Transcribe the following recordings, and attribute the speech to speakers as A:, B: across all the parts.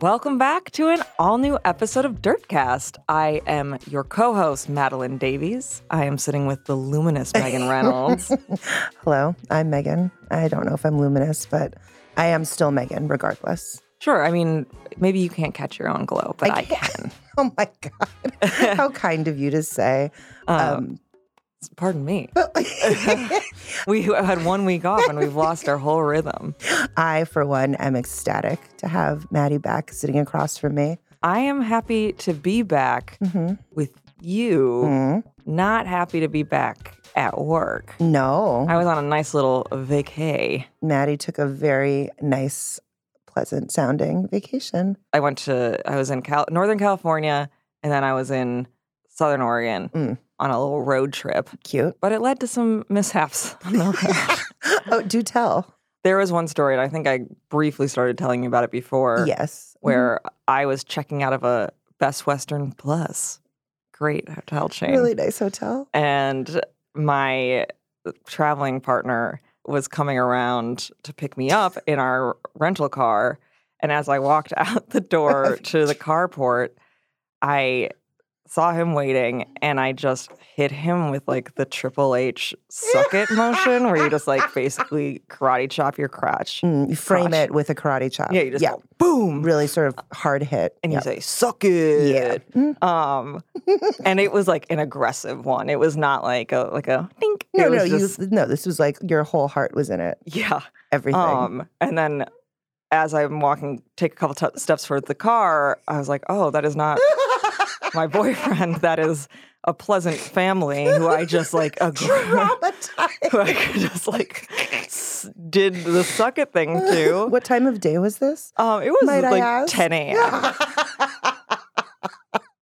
A: Welcome back to an all new episode of Dirtcast. I am your co host, Madeline Davies. I am sitting with the luminous Megan Reynolds.
B: Hello, I'm Megan. I don't know if I'm luminous, but I am still Megan regardless.
A: sure, I mean, maybe you can't catch your own glow, but I can.
B: Oh my God. How kind of you to say.
A: Oh.
B: Um,
A: Pardon me. we had one week off and we've lost our whole rhythm.
B: I, for one, am ecstatic to have Maddie back sitting across from me.
A: I am happy to be back
B: Mhm.
A: with you,
B: Mhm.
A: not happy to be back at work.
B: No,
A: I was on a nice little vacay.
B: Maddie took a very nice, pleasant sounding vacation.
A: I went to I was in Cal- Northern California and then I was in Southern Oregon
B: Mm.
A: on a little road trip.
B: Cute.
A: But it led to some mishaps on the road.
B: oh, do tell.
A: there was one story, and I think I briefly started telling you about it before,
B: Yes.
A: where I was checking out of a Best Western Plus, great hotel chain,
B: Mm-hmm. Really nice hotel.
A: and my traveling partner was coming around to pick me up in our rental car. And as I walked out the door to the carport, I saw him waiting and I just hit him with like the Triple H suck it motion where you just like basically karate chop your crotch.
B: Mm, you frame
A: Gosh.
B: it with a karate chop.
A: Yeah, you just
B: yeah.
A: go boom.
B: Really sort of hard hit.
A: and
B: yeah.
A: you say, suck it.
B: yeah. Mm.
A: Um, and it was like an aggressive one. It was not like a like a dink. It
B: No,
A: was
B: no,
A: just-
B: you no. This was like your whole heart was in it.
A: yeah.
B: Everything.
A: Um, and then as I'm walking, take a couple t- steps toward the car, I was like, oh, that is not my boyfriend. That is a pleasant family who I just like aggra- who
B: Traumatized.
A: I just like s- did the suck it thing to.
B: What time of day was this?
A: Um, it was
B: Might I
A: like
B: ask?
A: 10 a.m.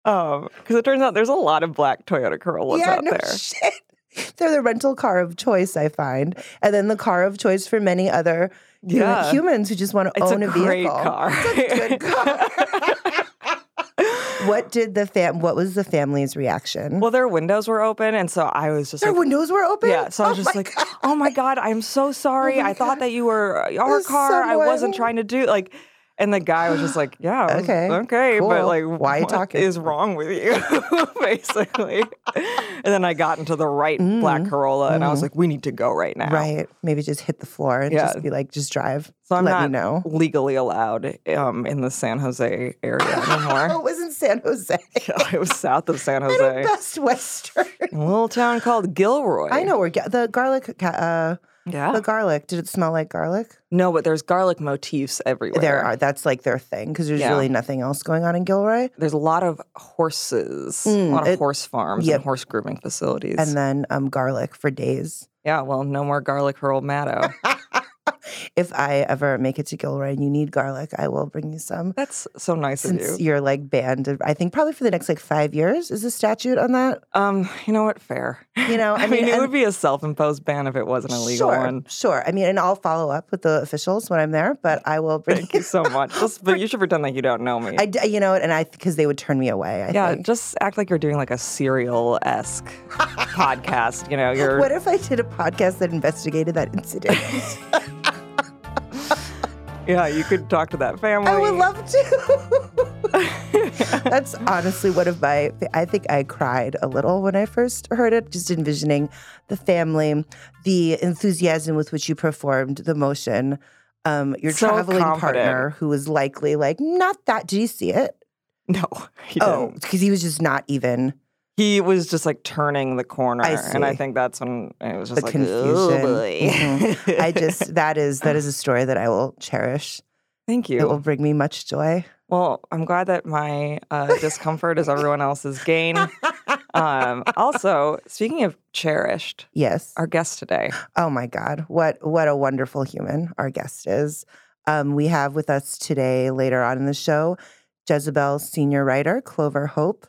A: Um, because it turns out there's a lot of black Toyota Corollas
B: yeah,
A: out
B: no
A: there.
B: shit. They're the rental car of choice, I find, and then the car of choice for many other hu-
A: Yeah.
B: humans who just want to
A: It's
B: own
A: a,
B: a,
A: great
B: vehicle.
A: car.
B: Good car. what did the fam? What was the family's reaction?
A: well, their windows were open, and so I was just
B: their
A: like,
B: windows were open.
A: Yeah, so I was
B: Oh
A: just
B: my
A: like,
B: God. Oh
A: "Oh my god, I'm so sorry.
B: my
A: I thought
B: God.
A: that you were uh, our
B: There's
A: car. I wasn't
B: someone."
A: trying to do like." And the guy was just like, "Yeah, I was-
B: Okay,
A: okay, but
B: cool.
A: like,
B: Why are you
A: what
B: talking?"
A: Is wrong with you, basically?" and then I got into the right black Corolla, and I was like, "We need to go right now."
B: Mm, right. Maybe just hit the floor and
A: Yeah.
B: just be like, just drive.
A: So I'm
B: Let
A: not
B: me know.
A: legally allowed um, in the San Jose area
B: Oh,
A: anymore.
B: it was in San Jose.
A: Yeah, it was south of San
B: At a
A: Jose,
B: Best Western.
A: a little town called Gilroy.
B: I know where ga- the garlic. ca- Uh,
A: Yeah.
B: the garlic. Did it smell like garlic?
A: No, but there's garlic motifs everywhere.
B: There are. That's like their thing because there's
A: Yeah.
B: really nothing else going on in Gilroy.
A: there's a lot of horses,
B: Mm,
A: a lot of
B: it-
A: horse farms
B: yep.
A: and horse grooming facilities.
B: And then um, garlic for days.
A: yeah, well, no more garlic for old Maddow.
B: If I ever make it to Gilroy and you need garlic, I will bring you some.
A: That's so nice of
B: Since
A: you.
B: you're like banned, I think probably for the next like five years is the statute on that.
A: Um, you know what? Fair.
B: You know,
A: I, mean, it
B: and-
A: would be a self-imposed ban if it was an illegal
B: sure,
A: one.
B: Sure. I mean, and I'll follow up with the officials when I'm there, but I will bring.
A: Thank you so much. Just, but you should pretend like you don't know me.
B: I, d- you know, and I because they would turn me away. I
A: yeah,
B: think.
A: just act like you're doing like a serial-esque podcast. You know, you're
B: What if I did a podcast that investigated that incident?
A: yeah. You could talk to that family.
B: I would love to. That's honestly one of my. I think I cried a little when I first heard it, just envisioning the family, the enthusiasm with which you performed the motion. Um, your
A: So
B: traveling
A: confident.
B: partner, who was likely like, not that. Did you see it?
A: No, he
B: Oh,
A: didn't.
B: because he was just not even.
A: He was just like turning the corner, and I
B: see.
A: think that's when it was just
B: The
A: like
B: confusion.
A: Oh, boy.
B: Mhm. I just that is that is a story that I will cherish.
A: Thank
B: It will
A: you.
B: bring me much joy.
A: Well, I'm glad that my uh, discomfort is everyone else's gain. Um, also, speaking of cherished,
B: Yes.
A: our guest today,
B: Oh my God, what what a wonderful human our guest is. Um, we have with us today later on in the show, Jezebel senior writer Clover Hope.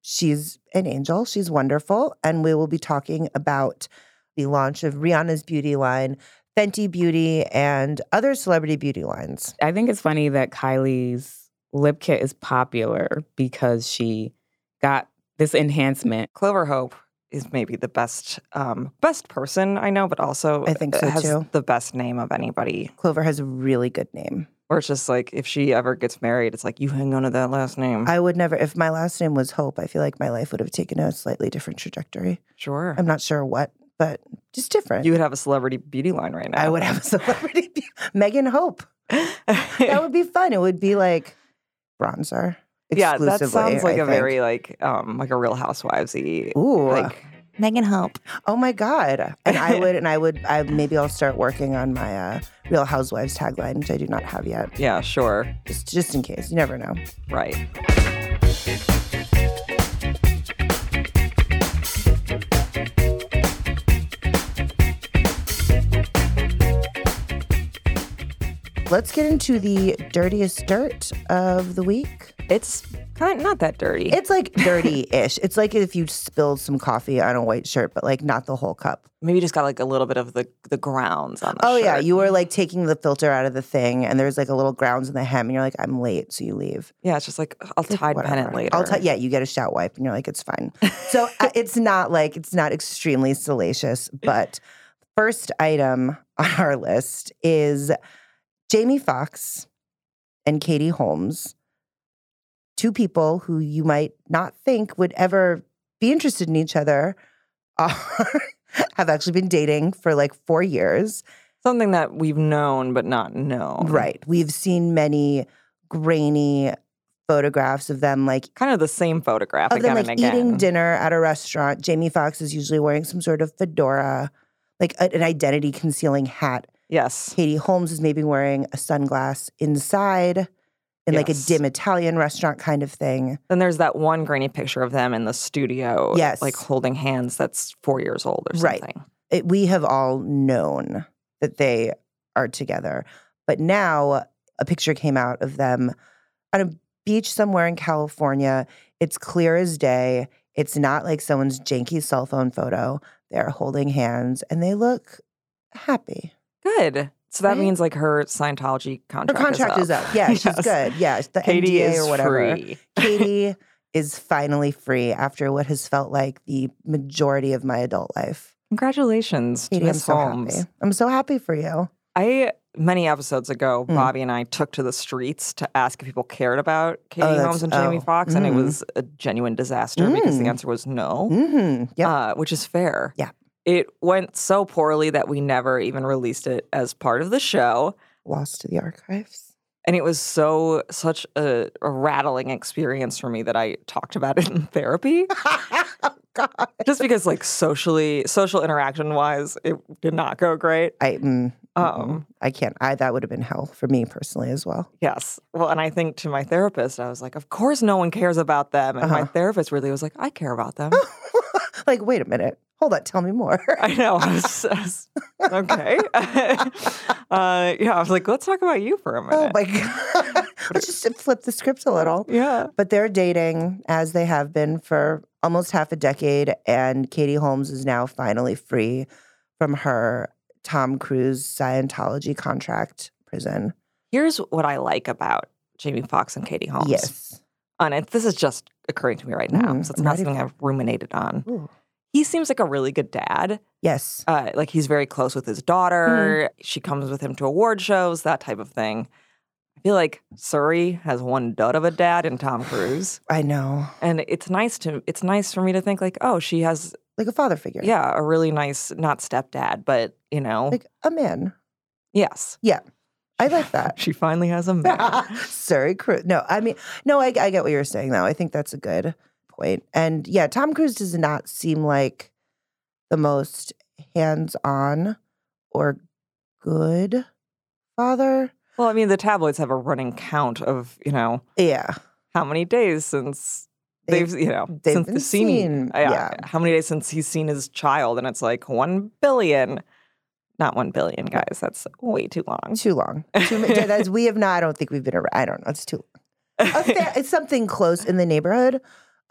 B: She's an angel. She's wonderful, and we will be talking about the launch of Rihanna's beauty line, Fenty Beauty, and other celebrity beauty lines.
C: I think it's funny that Kylie's lip kit is popular because she got this enhancement.
A: Clover Hope is maybe the best um, best person I know, but also
B: I think so,
A: has
B: too.
A: the best name of anybody.
B: Clover has a really good name.
A: Or it's just like if she ever gets married, it's like you hang on to that last name.
B: I would never, if my last name was Hope, I feel like my life would have taken a slightly different trajectory.
A: sure,
B: I'm not sure what, but just different.
A: you would have a celebrity beauty line right now.
B: I would have a celebrity. be- Megan Hope. That would be fun. It would be like bronzer.
A: yeah, that
B: exclusively,
A: sounds like
B: I
A: a
B: think.
A: very like um like a Real Housewivesy
B: Ooh.
A: like
C: Megan Hope.
B: Oh my god! And I would, and I would, I maybe I'll start working on my uh, Real Housewives tagline, which I do not have yet,
A: yeah sure
B: just just in case. You never know.
A: right.
B: Let's get into the dirtiest dirt of the week.
A: It's kind not that dirty.
B: It's like dirty-ish. it's like if you spilled some coffee on a white shirt, but like not the whole cup.
A: Maybe just got like a little bit of the the grounds on the
B: Oh yeah,
A: shirt.
B: you were like taking the filter out of the thing, and there's like a little grounds in the hem, and you're like, I'm late, so you leave.
A: yeah. It's just like I'll
B: It's like,
A: tide pennant
B: whatever.
A: later.
B: I'll tell. Yeah, you get a shout wipe, and you're like, it's fine. So uh, it's not like it's not extremely salacious, but first item on our list is Jamie Foxx and Katie Holmes, two people who you might not think would ever be interested in each other, are, have actually been dating for like four years.
A: something that we've known but not known.
B: Right. We've seen many grainy photographs of them like
A: Kind of the same photograph
B: of them
A: again
B: like
A: and again.
B: eating dinner at a restaurant. Jamie Foxx is usually wearing some sort of fedora, like a- an identity concealing hat.
A: Yes.
B: Katie Holmes is maybe wearing a sunglass inside in like a
A: Yes.
B: dim Italian restaurant kind of thing.
A: Then there's that one grainy picture of them in the studio.
B: Yes.
A: Like holding hands. That's four years old or
B: Right.
A: something.
B: It, we have all known that they are together. But now a picture came out of them on a beach somewhere in California. It's clear as day. It's not like someone's janky cell phone photo. They're holding hands and they look happy.
A: Good. So that
B: Right?
A: means like her Scientology
B: Her
A: contract.
B: contract is up. Yeah, she's
A: Yes.
B: good. Yeah, the
A: Katie
B: NDA
A: is
B: or whatever.
A: free.
B: Katie is finally free after what has felt like the majority of my adult life.
A: Congratulations to
B: Katie, I'm
A: Miss
B: so
A: Holmes.
B: happy. I'm so happy for you.
A: I many episodes ago,
B: Mm.
A: Bobby and I took to the streets to ask if people cared about Katie
B: that's-
A: Holmes and Jamie
B: oh,
A: Foxx, and it
B: mm.
A: was a genuine disaster because the
B: Mm.
A: answer was no,
B: hmm Yep.
A: uh, which is fair.
B: Yeah.
A: It went so poorly that we never even released it as part of the show.
B: Lost to the archives.
A: And it was so such a, a rattling experience for me that I talked about it in therapy.
B: oh, God.
A: just because like socially social interaction wise it did not go great
B: I, mm,
A: um
B: mm, I can't. I that would have been hell for me personally as well.
A: yes well and i think to my therapist i was like of course no one cares about them and my
B: Uh-huh.
A: therapist really was like i care about them
B: like, wait a minute. Hold on. Tell me more.
A: i know i was, I was- okay uh yeah i was like let's talk about you for a
B: oh
A: minute
B: my God. Let's just flip the script a little.
A: yeah
B: But they're dating as they have been for almost half a decade. And Katie Holmes is now finally free from her Tom Cruise Scientology contract prison.
A: here's what i like about jamie Foxx and katie holmes
B: Yes.
A: and it, this is just occurring to me right now
B: Mm,
A: so it's
B: I'm
A: not
B: ready
A: something
B: for
A: i've ruminated on he seems like a really good dad
B: Yes.
A: uh, like he's very close with
B: Mm-hmm.
A: his daughter. She comes with him to award shows, that type of thing. I feel like Surrey has one dud of a dad in Tom Cruise,
B: I know.
A: and it's nice to it's nice for me to think like, oh, she has
B: Like a father figure.
A: yeah a really nice not stepdad, but you know
B: Like a man.
A: yes,
B: I like that.
A: she finally has a man.
B: Sorry, Cruise. No, I mean, no, I, I get what you're saying, though. I think that's a good point. And yeah, Tom Cruise does not seem like the most hands on or good father.
A: well, I mean, the tabloids have a running count of you know
B: Yeah.
A: how many days since. They've,
B: They've-
A: you know
B: they've
A: since
B: been
A: the scene, uh,
B: seen, yeah.
A: how many days since he's seen his child, and it's like one billion, not one billion guys. That's way too long.
B: Too long. Too many. As we have not, I don't think we've been around. I don't know. It's too a fair, It's something close in the neighborhood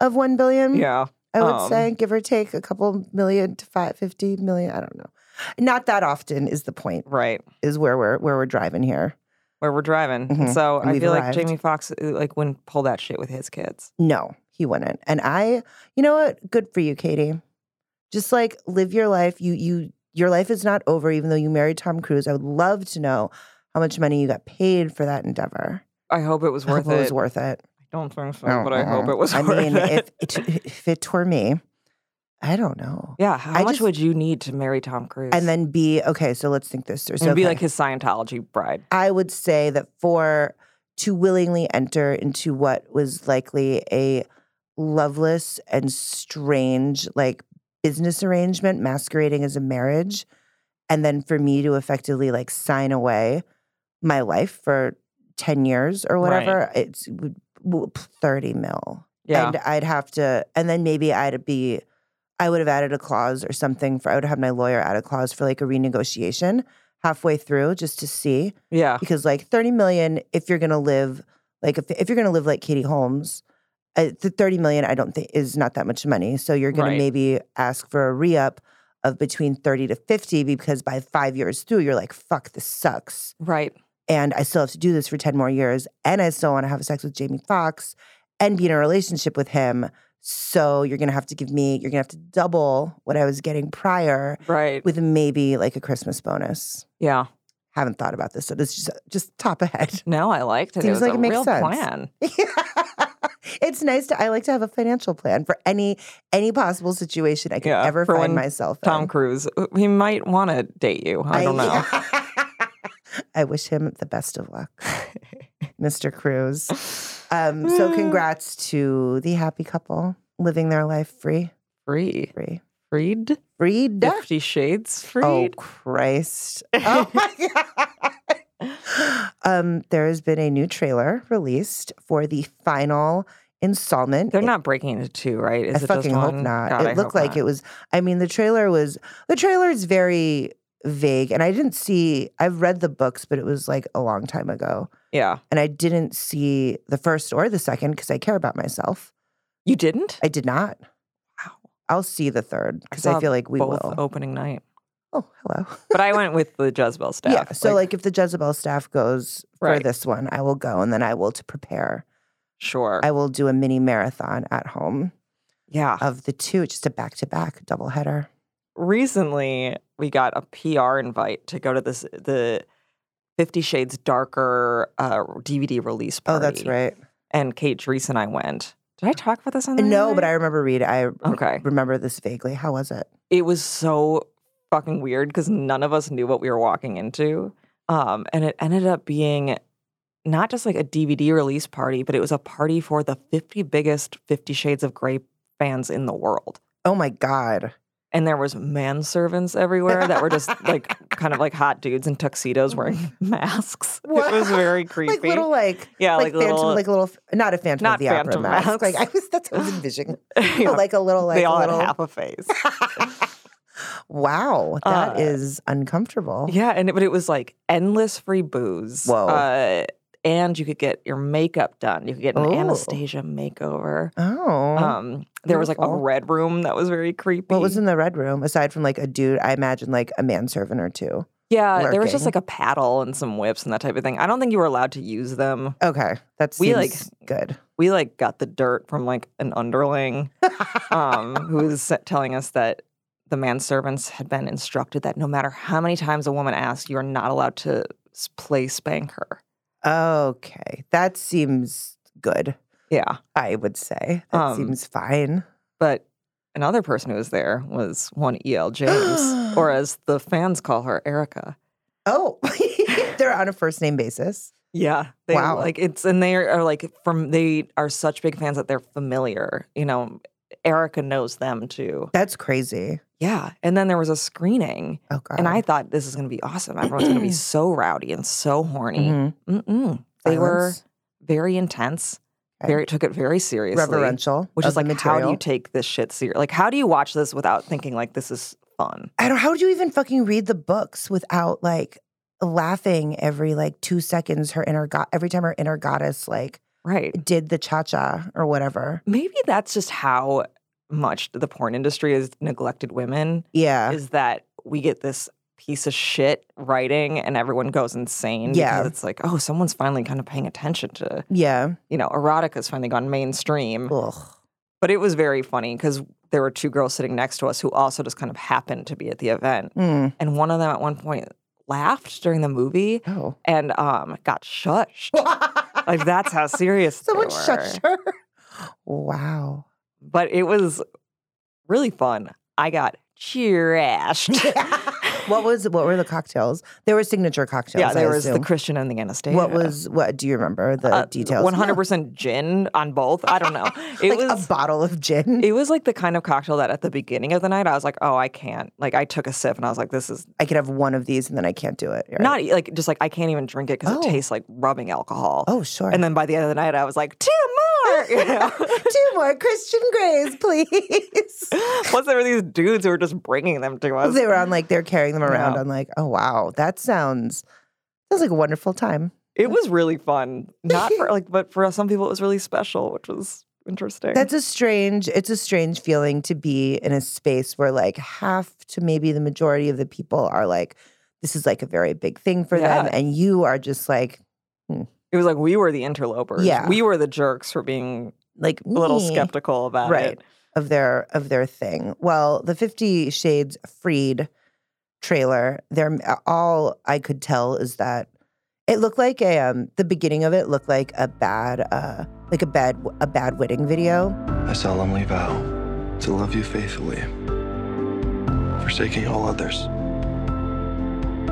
B: of 1 billion.
A: yeah,
B: I would
A: Um,
B: say, give or take a couple million to five, 50 million. I don't know. Not that often is the point,
A: right.
B: is where we're where we're driving here.
A: Where we're driving. And
B: Mhm.
A: So
B: And
A: I
B: we've
A: feel
B: arrived.
A: like Jamie Foxx uh, like wouldn't pull that shit with his kids.
B: No, he wouldn't. And I, you know what? Good for you, Katie. just like live your life. You you your life is not over, even though you married Tom Cruise. I would love to know how much money you got paid for that endeavor.
A: I hope it was
B: I
A: worth
B: hope it was
A: it.
B: worth it.
A: I don't think so,
B: No,
A: but I hope
B: uh-uh.
A: it was
B: I
A: worth
B: mean,
A: it.
B: if it, if it were me, I don't know.
A: yeah, how
B: I
A: much
B: just-
A: would you need to marry Tom Cruise?
B: And then be okay. So let's think this through.
A: and
B: So
A: be
B: okay.
A: like his Scientology bride.
B: I would say that for to willingly enter into what was likely a loveless and strange like business arrangement masquerading as a marriage and then for me to effectively like sign away my life for 10 years or
A: Right.
B: whatever it's would- w- 30 mil
A: Yeah.
B: and I'd have to, and then maybe I'd be, I would have added a clause or something for, I would have my lawyer add a clause for like a renegotiation halfway through just to see.
A: yeah.
B: Because like 30 million, if you're going to live, like if, if you're going to live like Katie Holmes, uh, the 30 million, I don't think is not that much money. So you're going
A: Right.
B: to maybe ask for a re up of between 30 to 50 because by five years through, you're like, fuck, this sucks
A: Right.
B: and I still have to do this for 10 more years and I still want to have sex with Jamie Foxx and be in a relationship with him. So you're going to have to give me, you're going to have to double what I was getting prior
A: Right.
B: with maybe like a Christmas bonus.
A: Yeah.
B: Haven't thought about this. So this is just, just top ahead.
A: No, I liked it. it
B: Seems
A: was
B: like
A: a
B: it makes
A: real
B: sense.
A: plan.
B: it's nice to I like to have a financial plan for any any possible situation I could
A: Yeah,
B: ever
A: for when
B: find myself
A: Tom
B: in.
A: Cruise, uh, he might want to date you. I don't know.
B: I wish him the best of luck. Mr. Cruz. Um, so congrats to the happy couple living their life free,
A: Free.
B: free,
A: Freed.
B: freed.
A: Fifty Shades
B: Oh
A: Freed.
B: Christ! Oh my God! Um, there has been a new trailer released for the final installment.
A: They're not breaking into two, right? Is
B: I
A: it
B: fucking
A: just
B: hope
A: one?
B: not.
A: God,
B: it
A: I
B: looked
A: hope
B: like
A: not.
B: it was. I mean, the trailer was. The trailer is very vague, and I didn't see. I've read the books, but it was like a long time ago,
A: Yeah.
B: and I didn't see the first or the second because I care about myself.
A: You didn't?
B: I did not.
A: Wow.
B: I'll see the third
A: I
B: because I,
A: saw
B: feel like we
A: Both
B: will.
A: opening night.
B: Oh, hello.
A: But I went with the Jezebel staff.
B: Yeah. So, like, if the Jezebel staff goes for
A: Right.
B: this one, I will go and then I will to prepare.
A: sure.
B: I will do a mini marathon at home
A: yeah.
B: of the two, just a back to back double header.
A: recently we got a PR invite to go to this the Fifty Shades Darker uh, DVD release
B: Oh,
A: party.
B: that's right.
A: And Kate Dries and I went. Did I talk about this on the
B: No, but I
A: internet?
B: remember read. I re-
A: okay.
B: remember this vaguely. How was it?
A: It was so fucking weird because none of us knew what we were walking into, um, and it ended up being not just like a DVD release party, but it was a party for the fifty biggest Fifty Shades of Grey fans in the world.
B: Oh my God.
A: and there was manservants everywhere that were just like kind of like hot dudes in tuxedos wearing masks.
B: What?
A: It was very creepy.
B: Like little, like,
A: yeah,
B: like,
A: like,
B: phantom,
A: little.
B: like little, not a phantom of
A: Not
B: the opera
A: Phantom
B: mask.
A: masks.
B: Like, I was, that's what I was envisioning.
A: you know,
B: But like a little, like,
A: they all
B: little,
A: had half a face.
B: wow, that
A: Uh,
B: is uncomfortable.
A: yeah, and it, but it was like endless free booze.
B: Oh. Whoa.
A: Uh, and you could get your makeup done. You could get an
B: Ooh.
A: Anastasia makeover.
B: Oh.
A: Um, there was like a
B: Beautiful.
A: red room that was very creepy.
B: What was in the red room aside from like a dude? I imagine like a manservant or two.
A: yeah, there was just
B: lurking?
A: like a paddle and some whips and that type of thing. I don't think you were allowed to use them.
B: Okay, that's
A: We, like-
B: good.
A: we like got the dirt from like an underling um, who was se- telling us that the manservants had been instructed that no matter how many times a woman asks, you are not allowed to s- play spank her.
B: Okay, that seems good.
A: Yeah,
B: I would say that
A: Um,
B: seems fine.
A: but another person who was there was one El James, or as the fans call her, Erica.
B: Oh, they're on a first name basis.
A: Yeah, they,
B: Wow.
A: Like it's and they are like from they are such big fans that they're familiar. You know, Erica knows them too.
B: That's crazy.
A: Yeah, and then there was a screening
B: Oh god.
A: And I thought this is going to be awesome. Everyone's going to be so rowdy and so horny.
B: Mhm.
A: Mm-mm. They were
B: Silence.
A: very intense.
B: Okay.
A: Very took it very seriously.
B: reverential,
A: Which
B: of
A: is
B: the
A: like, how do you
B: material.
A: take this shit serious? Like, how do you watch this without thinking like this is fun?
B: I don't. How do you even fucking read the books without like laughing every like two seconds? Her inner god. Every time her inner goddess like
A: Right.
B: did the cha cha or whatever.
A: Maybe that's just how much the porn industry has neglected women.
B: Yeah.
A: Is that we get this piece of shit writing and everyone goes insane
B: Yeah.
A: because it's like, oh, someone's finally kind of paying attention to
B: Yeah.
A: you know, erotica's finally gone mainstream.
B: Ugh.
A: But it was very funny because there were two girls sitting next to us who also just kind of happened to be at the event.
B: Mm.
A: And one of them at one point laughed during the movie
B: Oh.
A: and um, got shushed. like that's how serious they
B: Someone
A: were.
B: shushed her. Wow.
A: But it was really fun. I got trashed.
B: what was what were the cocktails? There were signature cocktails.
A: yeah, there
B: I
A: was the
B: assume.
A: Christian and the Anastasia.
B: What was what? Do you remember the details?
A: uh, One hundred percent gin on both. I don't know.
B: Yeah.
A: It
B: like
A: was
B: a bottle of gin.
A: it was like the kind of cocktail that at the beginning of the night I was like, oh, I can't. Like I took a sip and I was like, this is
B: I could have one of these and then I can't do it. right?
A: not e-" like just like I can't even drink it because
B: Oh.
A: it tastes like rubbing alcohol.
B: Oh, sure.
A: And then by the end of the night, I was like, two more. You know?
B: two more Christian Greys, please.
A: Plus, there were these dudes who were just bringing them to us.
B: they were on like they're carrying them around.
A: Yeah.
B: I'm like, oh wow, that sounds sounds like a wonderful time.
A: It was really fun. Not for like, but for some people, it was really special, which was interesting.
B: That's a strange. It's a strange feeling to be in a space where like half to maybe the majority of the people are like, this is like a very big thing for them,
A: Yeah.
B: and you are just like,
A: it was like we were the interlopers.
B: Yeah.
A: We were the jerks for being
B: like
A: a little
B: "Meh."
A: skeptical about
B: Right.
A: it.
B: of their of their thing. Well, the Fifty Shades Freed trailer, they're all I could tell is that it looked like a um, the beginning of it looked like a bad uh, like a bad a bad wedding video.
D: I solemnly vow to love you faithfully, forsaking all others.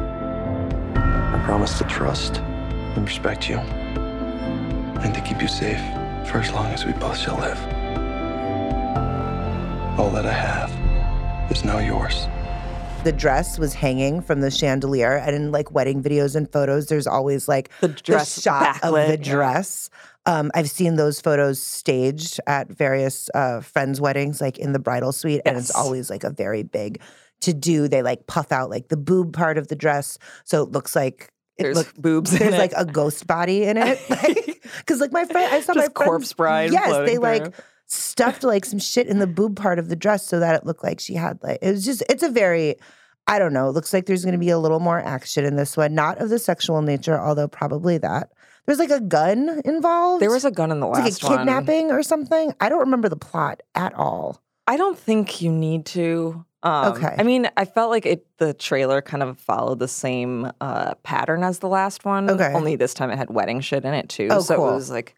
D: I promise to trust and respect you, and to keep you safe for as long as we both shall live. All that I have is now yours.
B: The dress was hanging from the chandelier, and in like wedding videos and photos, there's always like
A: The dress
B: the shot
A: backlit,
B: of the
A: yeah.
B: dress. Um, I've seen those photos staged at various uh, friends' weddings, like in the bridal suite, and it's
A: Yes.
B: always like a very big to do. They like puff out like the boob part of the dress, so it looks like it
A: There's
B: look-
A: boobs. in
B: there's
A: it.
B: like a ghost body in it, because like, my friend, I saw my
A: just
B: friend's-
A: corpse bride.
B: Yes, they
A: floating
B: like
A: through.
B: stuffed like some shit in the boob part of the dress so that it looked like she had like it was just it's a very I don't know. It looks like there's going to be a little more action in this one, not of the sexual nature, although probably that. There's like a gun involved.
A: There was a gun in the
B: It's
A: last
B: like a
A: one.
B: kidnapping or something. I don't remember the plot at all.
A: I don't think you need to. Um,
B: Okay.
A: I mean, I felt like it. The trailer kind of followed the same uh, pattern as the last one.
B: Okay.
A: Only this time it had wedding shit in it too.
B: Oh,
A: so
B: cool.
A: it was like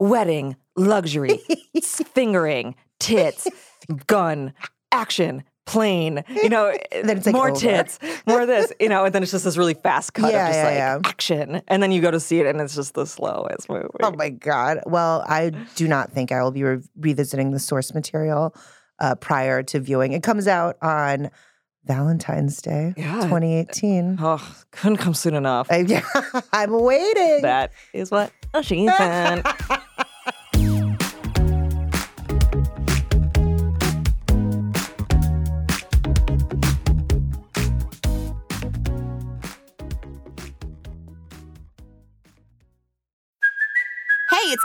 A: wedding, luxury, fingering, tits, gun, action, plane. You know, eh,
B: then it's like
A: more
B: over.
A: tits, more this. You know, and then it's just this really fast cut of
B: Yeah,
A: just
B: yeah,
A: like
B: yeah.
A: action, and then you go to see it, and it's just the slowest movie.
B: Oh my god. Well, I do not think I will be re- revisiting the source material uh, prior to viewing. It comes out on Valentine's Day,
A: Yeah.
B: 2018.
A: Oh, couldn't come soon enough.
B: I, yeah, I'm waiting.
A: That is what she said.
E: Hey, it's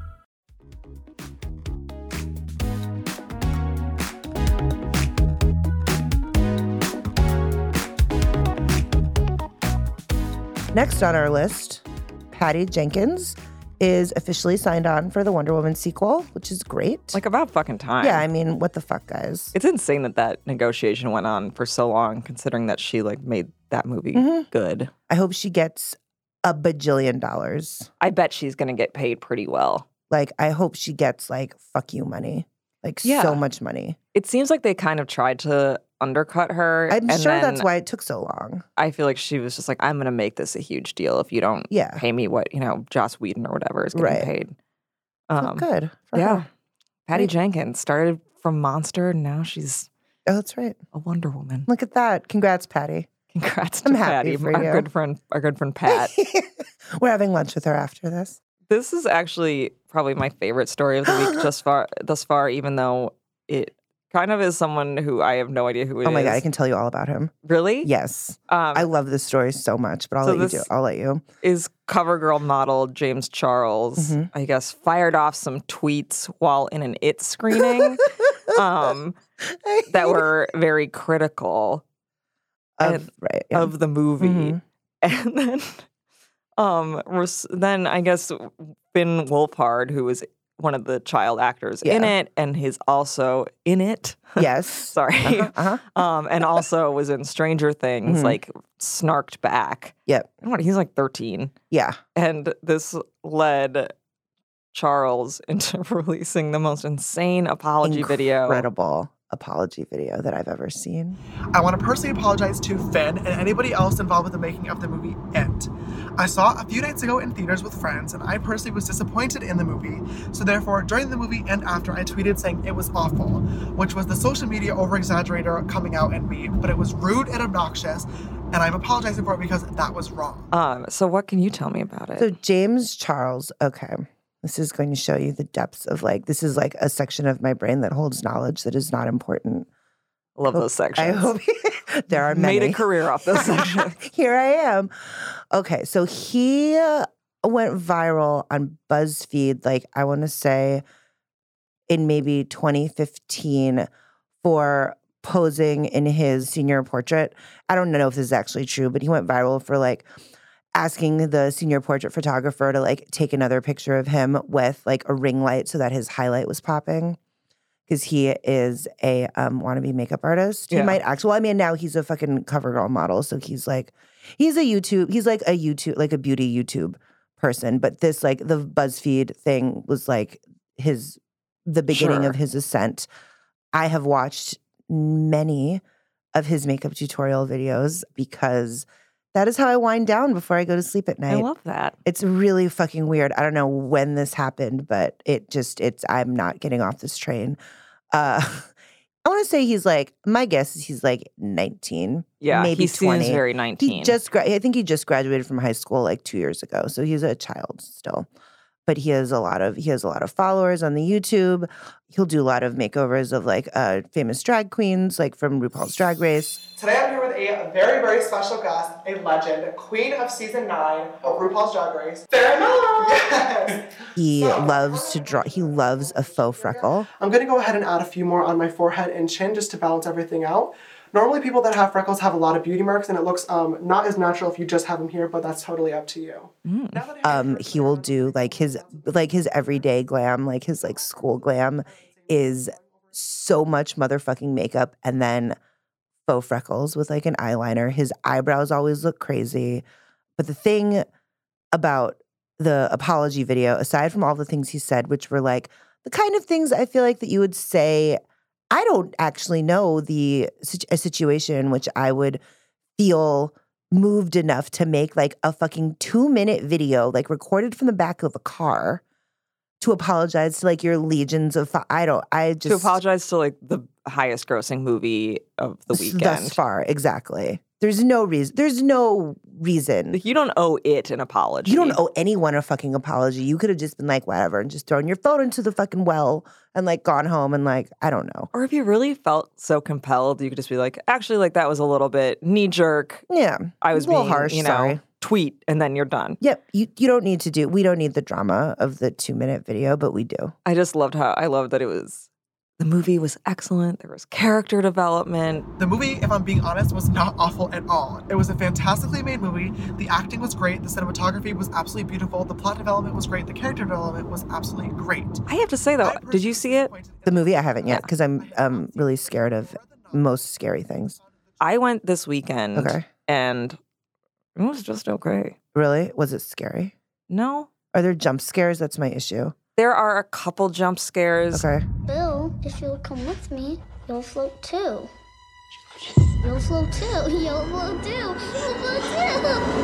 B: Next on our list, Patty Jenkins is officially signed on for the Wonder Woman sequel, which is great.
A: Like about fucking time.
B: yeah, I mean, what the fuck, guys?
A: it's insane that that negotiation went on for so long, considering that she like made that movie
B: Mm-hmm.
A: good.
B: I hope she gets a bajillion dollars.
A: I bet she's gonna get paid pretty well.
B: Like, I hope she gets like fuck you money, like
A: Yeah.
B: so much money.
A: It seems like they kind of tried to undercut her.
B: I'm
A: and
B: sure
A: then
B: that's why it took so long.
A: I feel like she was just like, I'm gonna make this a huge deal if you don't
B: Yeah,
A: pay me what you know Joss Whedon or whatever is getting
B: Right.
A: paid.
B: Well, good. for
A: um, yeah,
B: her.
A: Patty
B: Right.
A: Jenkins started from Monster, and now she's
B: Oh, that's right.
A: a Wonder Woman.
B: Look at that. Congrats, Patty.
A: Congrats to
B: I'm
A: Patty,
B: happy for
A: our
B: you.
A: good friend, our good friend Pat.
B: We're having lunch with her after this.
A: this is actually probably my favorite story of the week just far thus far, even though it kind of is someone who I have no idea who it is.
B: oh my god, I can tell you all about him.
A: really?
B: Yes,
A: Um,
B: I love this story so much, but I'll
A: So
B: let you do.
A: this-
B: It. I'll let you.
A: is CoverGirl model James Charles,
B: Mhm.
A: I guess, fired off some tweets while in an IT screening um, that were very critical
B: of, right yeah.
A: of the movie,
B: Mhm.
A: and then, um, res- then I guess Finn Wolfhard, who was one of the child actors in
B: Yeah.
A: it, and he's also in it.
B: yes.
A: Sorry.
B: Uh-huh, uh-huh.
A: Um, and also was in Stranger Things,
B: Mhm.
A: like snarked back.
B: Yep.
A: And What he's like thirteen.
B: Yeah.
A: And this led Charles into releasing the most insane apology video.
B: Incredible apology video that I've ever seen.
F: I want to personally apologize to Finn and anybody else involved with the making of the movie It. I saw it a few nights ago in theaters with friends, and I personally was disappointed in the movie. So therefore, during the movie and after, I tweeted saying it was awful, which was the social media over-exaggerator coming out in me. But it was rude and obnoxious, and I'm apologizing for it because that was wrong.
A: Um, so what can you tell me about it?
B: So James Charles, okay. This is going to show you the depths of like this is like a section of my brain that holds knowledge that is not important.
A: Love those sections.
B: I hope there are many.
A: made a career off those sections.
B: Here I am. Okay, so he uh, went viral on BuzzFeed, like I want to say in maybe 2015 for posing in his senior portrait. I don't know if this is actually true, but he went viral for like asking the senior portrait photographer to like take another picture of him with like a ring light so that his highlight was popping. Because he is a um, wannabe makeup artist. He
A: Yeah.
B: might actually, well, I mean, now he's a fucking cover girl model. So he's like, he's a YouTube, he's like a YouTube, like a beauty YouTube person. But this, like, the BuzzFeed thing was like his, the beginning
A: Sure.
B: of his ascent. I have watched many of his makeup tutorial videos because that is how I wind down before I go to sleep at
A: I
B: night.
A: love that.
B: it's really fucking weird. I don't know when this happened, but it just it's I'm not getting off this train. Uh I want to say he's like my guess is he's like 19.
A: Yeah,
B: maybe
A: he
B: 20.
A: seems very nineteen.
B: He just gra- I think he just graduated from high school like 2 years ago. So he's a child still. But he has a lot of he has a lot of followers on the YouTube. He'll do a lot of makeovers of like uh famous drag queens like from RuPaul's Drag Race.
F: Today I'm here with a very, very special guest, a legend, queen of season nine of RuPaul's Drag Race, Sarah Miller. Yes.
B: He
F: So-
B: loves to draw. He loves a faux freckle.
F: I'm gonna go ahead and add a few more on my forehead and chin just to balance everything out. Normally, people that have freckles have a lot of beauty marks, and it looks um, not as natural if you just have them here, but that's totally up to you. Now that I know
B: Um,
F: your
B: he will
F: personality,
B: do like his like his everyday glam, like his like school glam, is so much motherfucking makeup and then faux freckles with like an eyeliner. His eyebrows always look crazy. But the thing about the apology video, aside from all the things he said, which were like the kind of things I feel like that you would say, I don't actually know the sit- a situation in which I would feel moved enough to make like a fucking two minute video, like recorded from the back of a car, to apologize to like your legions of. Fo- I don't. I just
A: to apologize to like the highest grossing movie of the
B: s-
A: weekend.
B: thus far. Exactly. There's no reason. There's no reason.
A: Like, You don't owe it an apology.
B: You don't owe anyone a fucking apology. You could have just been like, whatever, and just thrown your phone into the fucking well and like gone home and like, I don't know.
A: Or if you really felt so compelled, you could just be like, actually, like that was a little bit knee jerk.
B: Yeah.
A: I was
B: a little
A: being,
B: harsh,
A: you know,
B: sorry.
A: tweet, and then you're done.
B: Yep. You you don't need to do we don't need the drama of the two minute video, but we do.
A: I just loved how I loved that it was the movie was excellent. There was character development.
F: The movie, if I'm being honest, was not awful at all. It was a fantastically made movie. The acting was great. The cinematography was absolutely beautiful. The plot development was great. The character development was absolutely great.
A: I have to say though, did you see it?
B: The movie I haven't yet because I'm um really scared of most scary things.
A: I went this weekend
B: Okay.
A: and it was just okay.
B: Really? Was it scary?
A: No.
B: Are there jump scares? That's my issue.
A: There are a couple jump scares.
B: Okay.
G: Boo, if you'll come with me, you'll float too. You'll float too. You'll float too. You'll float too.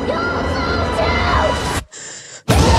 G: You'll float too.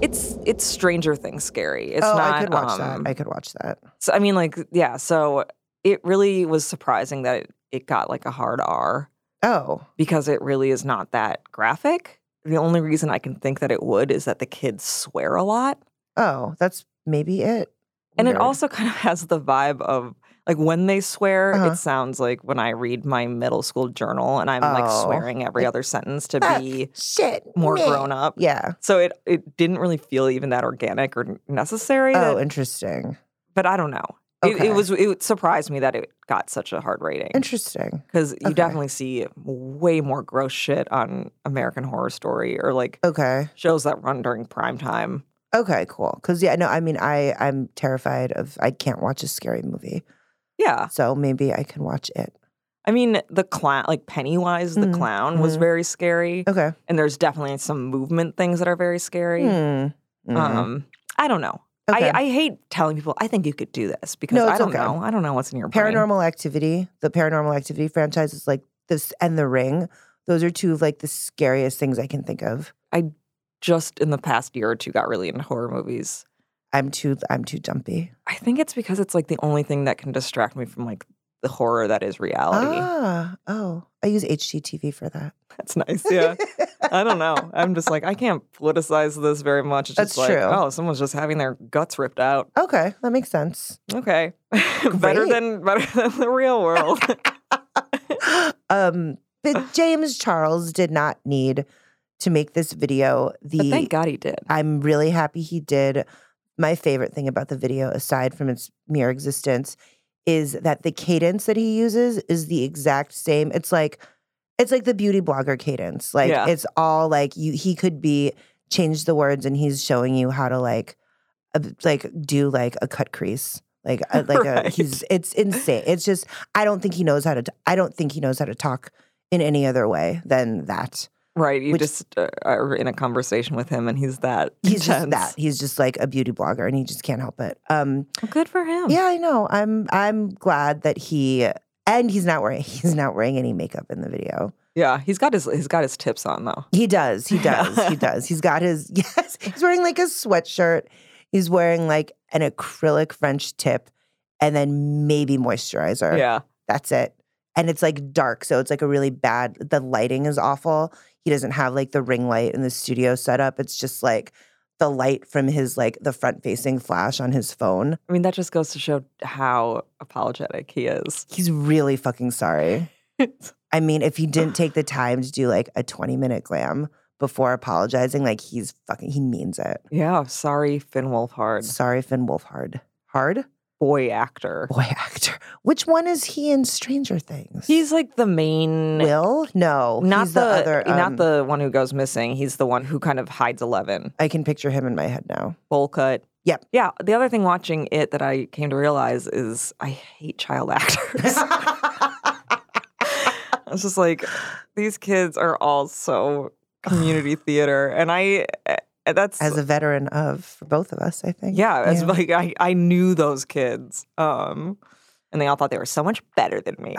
A: It's it's Stranger Things scary. It's
B: oh,
A: not
B: I could watch
A: um,
B: that. I could watch that.
A: So I mean, like, yeah. So it really was surprising that it, it got like a hard R
B: Oh.
A: because it really is not that graphic. The only reason I can think that it would is that the kids swear a lot.
B: Oh, that's maybe it.
A: And it
B: Weird.
A: also kind of has the vibe of like when they swear,
B: Uh-huh.
A: it sounds like when I read my middle school journal and I'm
B: Oh.
A: like swearing every other sentence to
B: Ah,
A: be
B: shit
A: more
B: meh.
A: grown up.
B: Yeah.
A: So it it didn't really feel even that organic or necessary. that-
B: Oh, interesting.
A: but I don't know. It,
B: Okay.
A: it was it surprised me that it got such a hard rating
B: Interesting.
A: because you
B: okay.
A: definitely see way more gross shit on American Horror Story or like
B: Okay.
A: shows that run during prime time.
B: Okay. Cool. Because yeah, no, I mean, I I'm terrified of. I can't watch a scary movie,
A: Yeah,
B: so maybe I can watch it.
A: I mean the clown, like Pennywise the
B: Mhm.
A: clown, was
B: Mhm.
A: very scary,
B: Okay.
A: and there's definitely some movement things that are very scary.
B: Hmm. Mhm.
A: Um, I don't know.
B: Okay.
A: I, I hate telling people I think you could do this because
B: No,
A: I
B: it's
A: don't
B: okay.
A: know. I don't know what's in your brain.
B: Paranormal Activity, the Paranormal Activity franchise is like this, and The Ring. Those are two of like the scariest things I can think of.
A: Just in the past year or two, got really into horror movies.
B: I'm too I'm too jumpy.
A: I think it's because it's like the only thing that can distract me from like the horror that is reality.
B: Ah, oh, I use HGTV for that.
A: That's nice. Yeah. I don't know. I'm just like, I can't politicize this very much. It's
B: That's
A: just like,
B: true.
A: oh, someone's just having their guts ripped out.
B: okay, that makes sense.
A: Okay. better
B: Great.
A: than better than the real world.
B: um, but James Charles did not need to make this video. The
A: but thank God he did.
B: I'm really happy he did. My favorite thing about the video, aside from its mere existence, is that the cadence that he uses is the exact same. It's like it's like the beauty blogger cadence. Like
A: Yeah.
B: it's all like you he could be change the words and he's showing you how to like ab- like do like a cut crease. Like a, like a,
A: Right.
B: he's it's insane. It's just I don't think he knows how to t- I don't think he knows how to talk in any other way than that.
A: Right. You
B: Which-
A: just uh, are in a conversation with him and he's that.
B: He's just
A: intense.
B: that. He's just like a beauty blogger and he just can't help it. Um
A: Well, good for him.
B: Yeah, I know. I'm I'm glad that he and he's not wearing he's not wearing any makeup in the video.
A: Yeah. He's got his he's got his tips on though.
B: He does. He does.
A: Yeah.
B: he does. He's got his yes. He's wearing like a sweatshirt. He's wearing like an acrylic French tip and then maybe moisturizer.
A: Yeah.
B: That's it. And it's like dark, so it's like a really bad the lighting is awful. He doesn't have like the ring light in the studio set up. It's just like the light from his like the front facing flash on his phone.
A: I mean, that just goes to show how apologetic he is.
B: He's really fucking sorry. I mean, if he didn't take the time to do like a 20 minute glam before apologizing, like he's fucking, he means it.
A: Yeah, sorry, Finn Wolfhard,
B: Sorry, Finn Wolfhard. Hard
A: boy actor.
B: boy actor. Which one is he in Stranger Things?
A: He's like the main,
B: Will? No,
A: not
B: he's
A: the,
B: other. um,
A: not the one who goes missing. He's the one who kind of hides Eleven.
B: I can picture him in my head now.
A: Bowl cut.
B: Yep.
A: Yeah. The other thing watching it that I came to realize is I hate child actors. I was just like, these kids are all so community theater, and I eh, that's
B: As a veteran of for both of us, I think.
A: yeah, as like I I knew those kids, um, and they all thought they were so much better than me.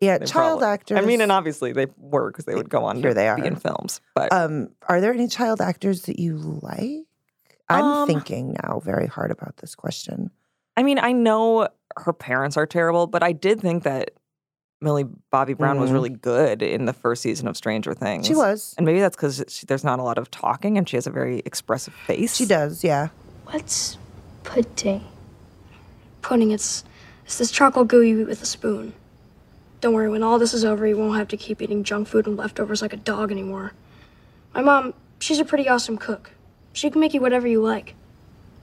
B: yeah
A: they
B: child
A: probably-
B: actors.
A: I mean, and obviously they were because they would go on
B: Sure
A: to
B: they
A: be
B: are.
A: in films. But
B: Um, are there any child actors that you like? I'm
A: Um,
B: thinking now very hard about this question.
A: I mean, I know her parents are terrible, but I did think that Millie Bobby Brown was
B: Mhm.
A: really good in the first season of Stranger Things.
B: She was.
A: And maybe that's because there's not a lot of talking and she has a very expressive face.
B: She does, yeah.
H: What's pudding? Pudding, it's, it's this charcoal goo you eat with a spoon. Don't worry, when all this is over, you won't have to keep eating junk food and leftovers like a dog anymore. My mom, she's a pretty awesome cook. She can make you whatever you like.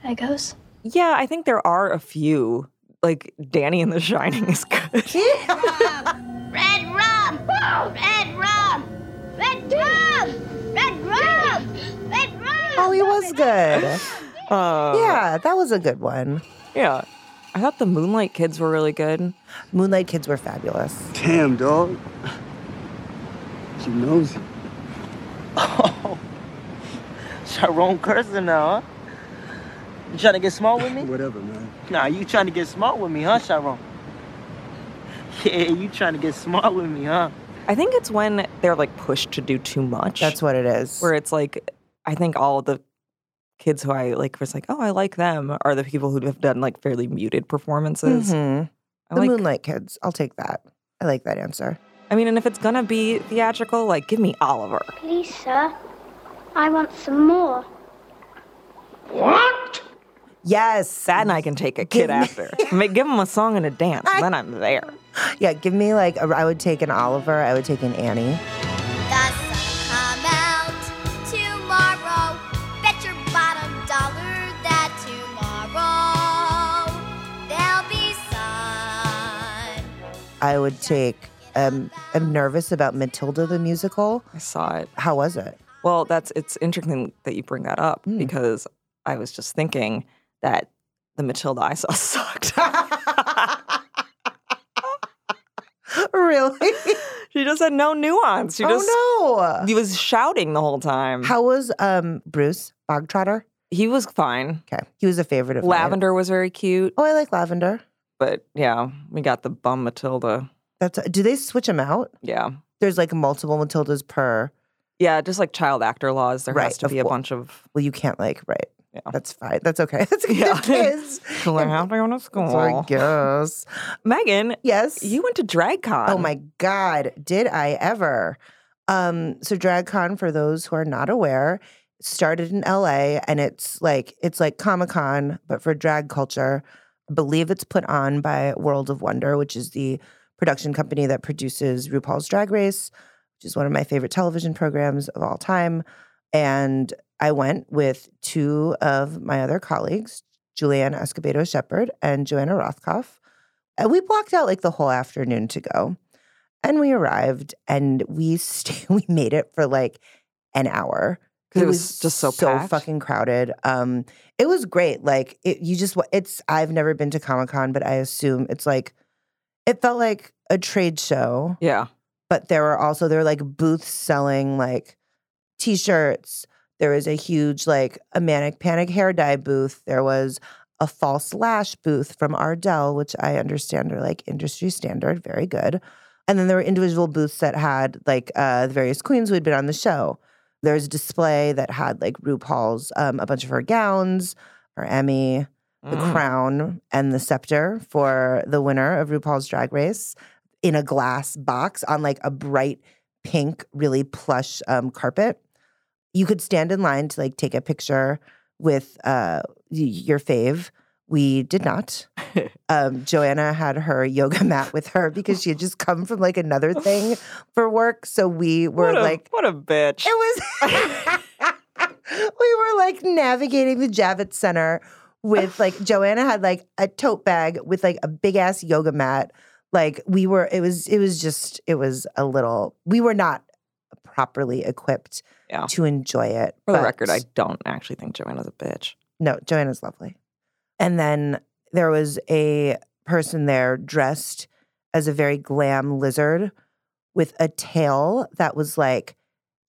G: Echoes?
A: Yeah, I think there are a few. Like Danny in The Shining is good.
G: Red rum! Red rum! Red rum! Red rum! Red rum!
B: Oh, he was good.
A: Um,
B: Yeah, that was a good one.
A: Yeah. I thought the Moonlight Kids were really good.
B: Moonlight Kids were fabulous.
I: Damn, dog. She knows it.
J: Tyrone cursing now, huh? You trying to get smart with me?
I: Whatever, man.
J: Nah, you trying to get smart with me, huh, Tyrone? Yeah, you trying to get smart with me, huh?
A: I think it's when they're like pushed to do too much.
B: That's what it is.
A: where it's like I think all the kids who I like was like, oh, I like them, are the people who have done like fairly muted performances.
B: Mhm.
A: I
B: The
A: like,
B: Moonlight Kids. I'll take that. I like that answer.
A: I mean, and if it's gonna be theatrical, like give me Oliver.
G: Please, sir. I want some more.
B: Yeah, Yes.
A: That and I can take a kid after. I mean, give him a song and a dance, and then I'm there.
B: Yeah, give me like, a, I would take an Oliver, I would take an Annie.
K: The sun come out tomorrow. Bet your bottom dollar that tomorrow there'll be sun.
B: I would take, um, I'm nervous about Matilda the musical.
A: I saw it.
B: How was it?
A: Well, that's it's interesting that you bring that up
B: Hmm.
A: because I was just thinking that the Matilda I saw sucked.
B: really?
A: she just had no nuance. She just
B: oh no.
A: he was shouting the whole time.
B: How was um Bruce Bogtrotter?
A: he was fine.
B: Okay. He was a favorite of mine.
A: Lavender was very cute,
B: Oh, I like Lavender.
A: but yeah, we got the bum Matilda.
B: That's do they switch them out?
A: Yeah.
B: There's like multiple Matildas per.
A: Yeah, just like child actor laws, there
B: Right,
A: has to
B: of
A: be a
B: course.
A: bunch of
B: Well, you can't like right.
A: Yeah.
B: That's fine. That's okay. That's good.
A: Yeah.
B: Kids.
A: children have to go to
B: So I
A: school.
B: guess.
A: Megan,
B: Yes.
A: you went to DragCon.
B: Oh my God, did I ever? Um, so DragCon, for those who are not aware, started in LA and it's like it's like Comic Con, but for drag culture. I believe it's put on by World of Wonder, which is the production company that produces RuPaul's Drag Race, which is one of my favorite television programs of all time. And I went with two of my other colleagues, Julianne Escobedo Shepherd and Joanna Rothkopf. And we blocked out like the whole afternoon to go. And we arrived and we st- we made it for like an hour.
A: 'Cause it was just so packed.
B: fucking crowded. Um, it was great. Like it, you just wa- it's I've never been to Comic Con, but I assume it's like it felt like a trade show
A: Yeah.
B: but there were also there were like booths selling like t-shirts there was a huge like a manic panic hair dye booth there was a false lash booth from ardell which i understand are like industry standard very good and then there were individual booths that had like uh, the various queens who had been on the show there was a display that had like rupaul's um, a bunch of her gowns her emmy the
A: Mm.
B: crown and the scepter for the winner of RuPaul's Drag Race in a glass box on like a bright pink, really plush um, carpet. You could stand in line to like take a picture with uh, y- your fave. We did not. Um, Joanna had her yoga mat with her because she had just come from like another thing for work. So we were
A: what a,
B: like,
A: what a bitch.
B: it was. we were like navigating the Javits Center with like Joanna had like a tote bag with like a big ass yoga mat. Like we were, it was, it was just, it was a little. We were not properly equipped
A: Yeah.
B: to enjoy it.
A: For the
B: but-
A: record, I don't actually think Joanna's a bitch.
B: no, Joanna's lovely. And then there was a person there dressed as a very glam lizard with a tail that was like,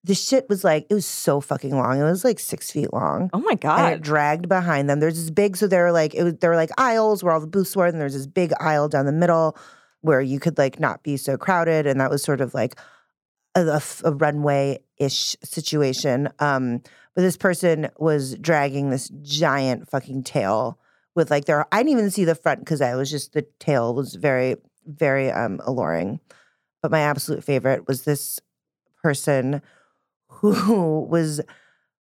B: the shit was like, it was so fucking long. It was like six feet long.
A: Oh my
B: And it
A: god.
B: dragged behind them. There's this big, so there were like, it was, there were like aisles where all the booths were, and there's this big aisle down the middle where you could like not be so crowded. And that was sort of like a, a f- a runway ish situation. Um, but this person was dragging this giant fucking tail with like their, I didn't even see the front because I was just, the tail was very, very um, alluring. But my absolute favorite was this person who was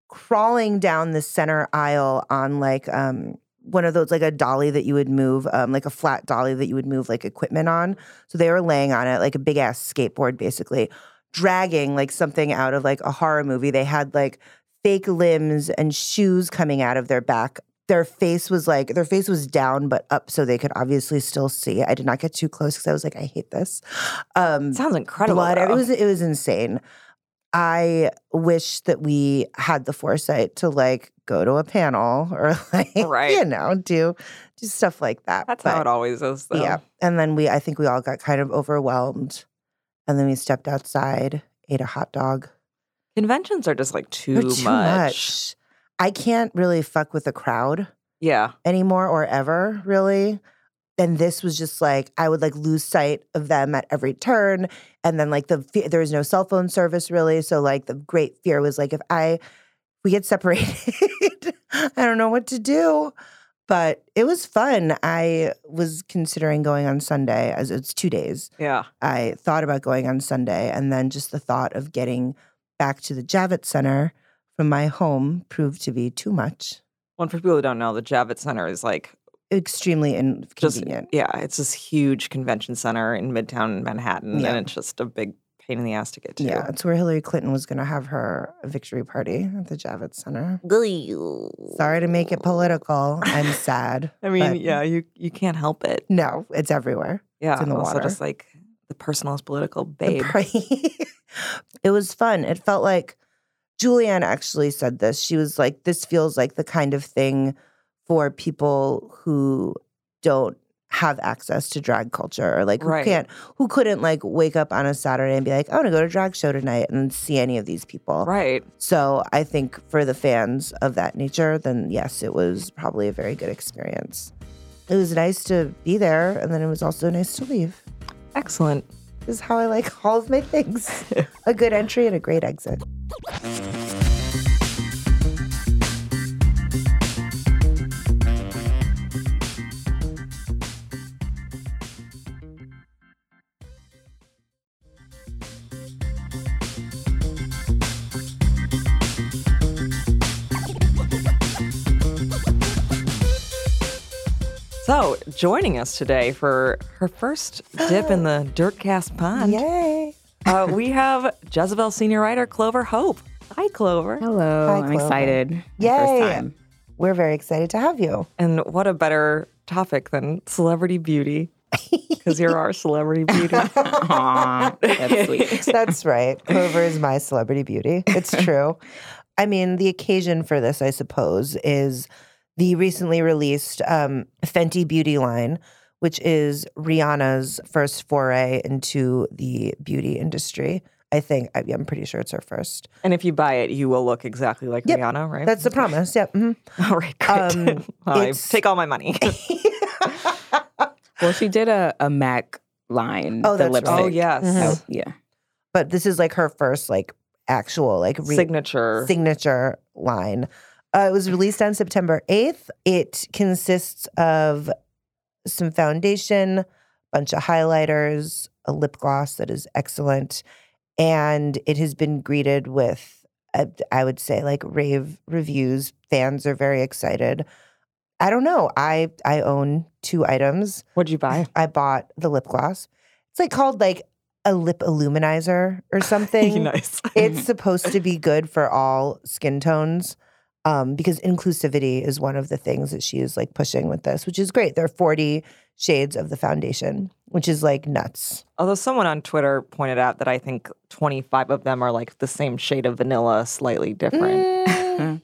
B: crawling down the center aisle on like um one of those like a dolly that you would move um like a flat dolly that you would move like equipment on so they were laying on it like a big ass skateboard basically dragging like something out of like a horror movie they had like fake limbs and shoes coming out of their back their face was like their face was down but up so they could obviously still see i did not get too close because i was like i hate this um
A: Sounds incredible.
B: blood.
A: though.
B: It was it was insane. I wish that we had the foresight to like go to a panel or like
A: Right.
B: you know do do stuff like that.
A: That's
B: But,
A: how it always is though.
B: Yeah, and then we I think we all got kind of overwhelmed, and then we stepped outside, ate a hot dog.
A: Conventions are just like too,
B: They're much. I can't really fuck with the crowd
A: Yeah.
B: anymore or ever really and this was just like i would like lose sight of them at every turn and then like the fe- there was no cell phone service really so like the great fear was like if i we get separated i don't know what to do but it was fun i was considering going on sunday as it's two days
A: Yeah.
B: I thought about going on Sunday, and then just the thought of getting back to the Javits Center from my home proved to be too much.
A: Well, for people who don't know, the Javits Center is like
B: extremely
A: just
B: inconvenient.
A: yeah, it's this huge convention center in Midtown Manhattan,
B: Yeah.
A: and it's just a big pain in the ass to get to.
B: yeah, it's where Hillary Clinton was going to have her victory party at the Javits Center. Sorry to make it political. I'm sad.
A: I mean,
B: but
A: yeah, you you can't help it.
B: No, it's everywhere.
A: Yeah,
B: it's in the
A: also
B: water.
A: just like the personal is political, babe.
B: it was fun. It felt like Julianne actually said this. She was like, This feels like the kind of thing for people who don't have access to drag culture or like who
A: Right.
B: can't who couldn't like wake up on a Saturday and be like, I want to go to a drag show tonight and see any of these people.
A: right.
B: So I think for the fans of that nature, then yes, it was probably a very good experience. It was nice to be there and then it was also nice to leave
A: Excellent.
B: is how I like all of my things. a good entry and a great exit.
A: So, joining us today for her first dip in the Dirtcast pond,
B: Yay.
A: uh, we have Jezebel senior writer Clover Hope. Hi, Clover.
C: Hello.
B: Hi,
C: I'm
B: Clover.
C: excited.
B: Yay.
C: First time.
B: We're very excited to have you.
A: And what a better topic than celebrity beauty, because you're our celebrity beauty.
C: Aw, that's sweet.
B: That's right. Clover is my celebrity beauty. It's true. I mean, the occasion for this, I suppose, is the recently released um, Fenty Beauty line, which is Rihanna's first foray into the beauty industry. I think, I, I'm pretty sure it's her first.
A: And if you buy it, you will look exactly like
B: Yep.
A: Rihanna, right?
B: That's the promise. Yep. mhm.
A: all right. Great.
B: Um,
A: Well, I
B: it's-
A: take all my money.
B: Mm-hmm.
C: Well, she did a, a Mac line.
B: Oh,
C: the
B: that's right.
C: lipstick.
A: oh yes,
B: Mm-hmm.
C: So, yeah.
B: but this is like her first like actual like re-
A: signature.
B: signature line. Uh, it was released on September 8th. It consists of some foundation, a bunch of highlighters, a lip gloss that is excellent, and it has been greeted with uh, I would say like rave reviews. Fans are very excited. I don't know. I I own two items.
A: What'd you buy?
B: I bought the lip gloss. It's like called like a lip illuminizer or something.
A: nice.
C: Mm-hmm.
B: It's supposed to be good for all skin tones um, because inclusivity is one of the things that she is like pushing with this, which is great. There are 40 shades of the foundation, which is like nuts.
A: Although someone on Twitter pointed out that I think 25 of them are like the same shade of vanilla, slightly
B: Mm.
A: different.
C: Mm.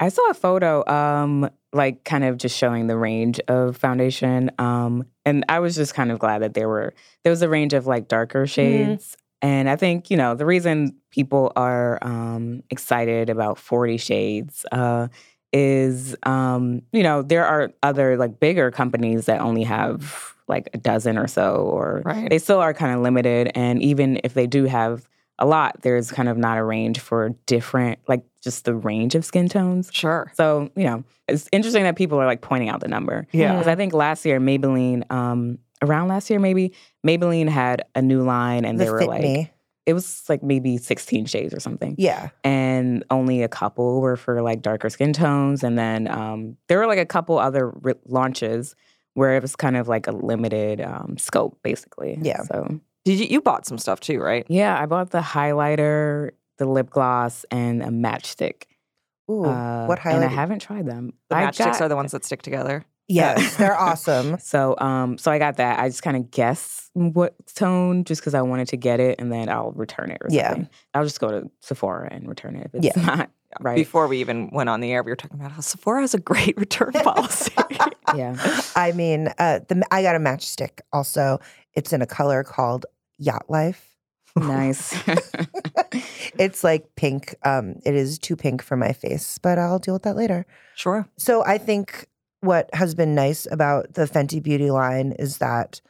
C: I saw a photo, um, like kind of just showing the range of foundation. Um, and I was just kind of glad that there were there was a range of like darker shades. And I think, you know, the reason people are um excited about 40 shades uh is um, you know, there are other like bigger companies that only have like a dozen or so or
A: Right.
C: they still are kind of limited and even if they do have a lot, there's kind of not a range for different like just the range of skin tones.
A: Sure.
C: So, you know, it's interesting that people are like pointing out the number.
A: Yeah.
C: Because I think last year, Maybelline, um, around last year maybe, Maybelline had a new line and
B: The
C: they were
B: fit
C: like,
B: me.
C: it was like maybe 16 shades or something.
B: Yeah.
C: And only a couple were for like darker skin tones. And then um, there were like a couple other re- launches where it was kind of like a limited um, scope, basically.
B: Yeah.
C: So,
A: Did you, you bought some stuff too, right?
C: yeah, I bought the highlighter, the lip gloss, and a matchstick.
B: Ooh,
C: Uh,
B: what
C: And I
B: highlight?
C: haven't tried them.
A: The
C: I
A: matchsticks
C: got-
A: are the ones that stick together.
B: yes, they're awesome.
C: So um so I got that. I just kind of guess what tone just because I wanted to get it and then I'll return it or
B: Yeah.
C: something. I'll just go to Sephora and return it if it's
B: Yeah.
C: not right.
A: Before we even went on the air, we were talking about how Sephora has a great return policy.
C: yeah.
B: I mean, uh, the I got a matchstick also. It's in a color called Yacht Life.
C: Nice.
B: it's like pink. Um, it is too pink for my face, but I'll deal with that later.
A: sure.
B: So I think what has been nice about the Fenty Beauty line is that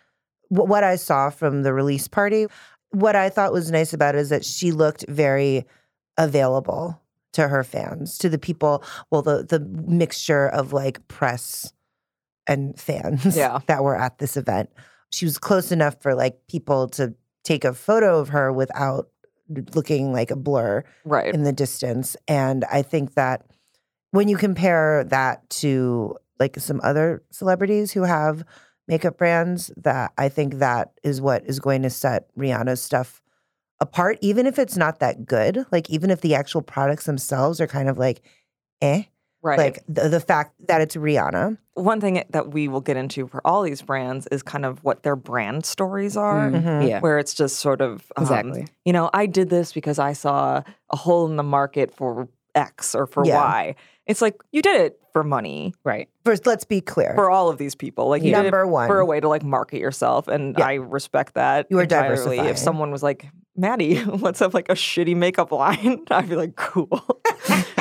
B: wh- what I saw from the release party, what I thought was nice about it is that she looked very available to her fans, to the people, well, the the mixture of like press and fans
A: Yeah.
B: that were at this event. She was close enough for like people to take a photo of her without looking like a blur
A: Right.
B: in the distance. And I think that when you compare that to like some other celebrities who have makeup brands, that I think that is what is going to set Rihanna's stuff apart, even if it's not that good. Like even if the actual products themselves are kind of like, eh.
A: Right.
B: Like the, the fact that it's Rihanna.
A: One thing that we will get into for all these brands is kind of what their brand stories
B: Mm-hmm.
A: are,
C: Mhm. Yeah.
A: where it's just sort of um,
C: Exactly.
A: You know, I did this because I saw a hole in the market for X or for
B: Yeah.
A: Y. It's like you did it for money,
C: right?
B: First, let's be clear.
A: For all of these people, like you did
B: Number
A: it
B: one.
A: for a way to like market yourself, and I respect that.
B: You are
A: entirely.
B: diversifying.
A: If someone was like, "Maddie, let's have like a shitty makeup line," I'd be like, "Cool,"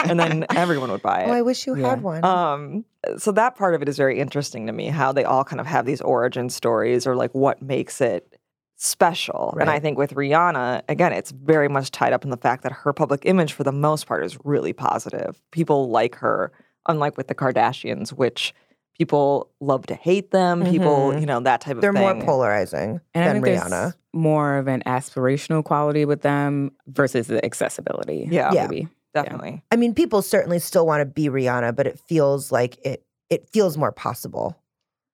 A: and then everyone would buy it.
B: Oh, I wish you had one.
A: Um,
B: Mm-hmm.
A: so that part of it is very interesting to me, how they all kind of have these origin stories or like what makes it special. And
B: Right.
A: I think with Rihanna, again, it's very much tied up in the fact that her public image for the most part is really positive. People like her, unlike with the Kardashians, which people love to hate them, people,
B: Mhm.
A: you know, that type of
B: They're
A: thing.
B: more polarizing
C: And I
B: than
C: think there's
B: Rihanna.
C: more of an aspirational quality with them versus the accessibility.
A: Yeah.
B: Yeah.
C: maybe.
A: Definitely.
B: I mean, people certainly still want to be Rihanna, but it feels like it it feels more possible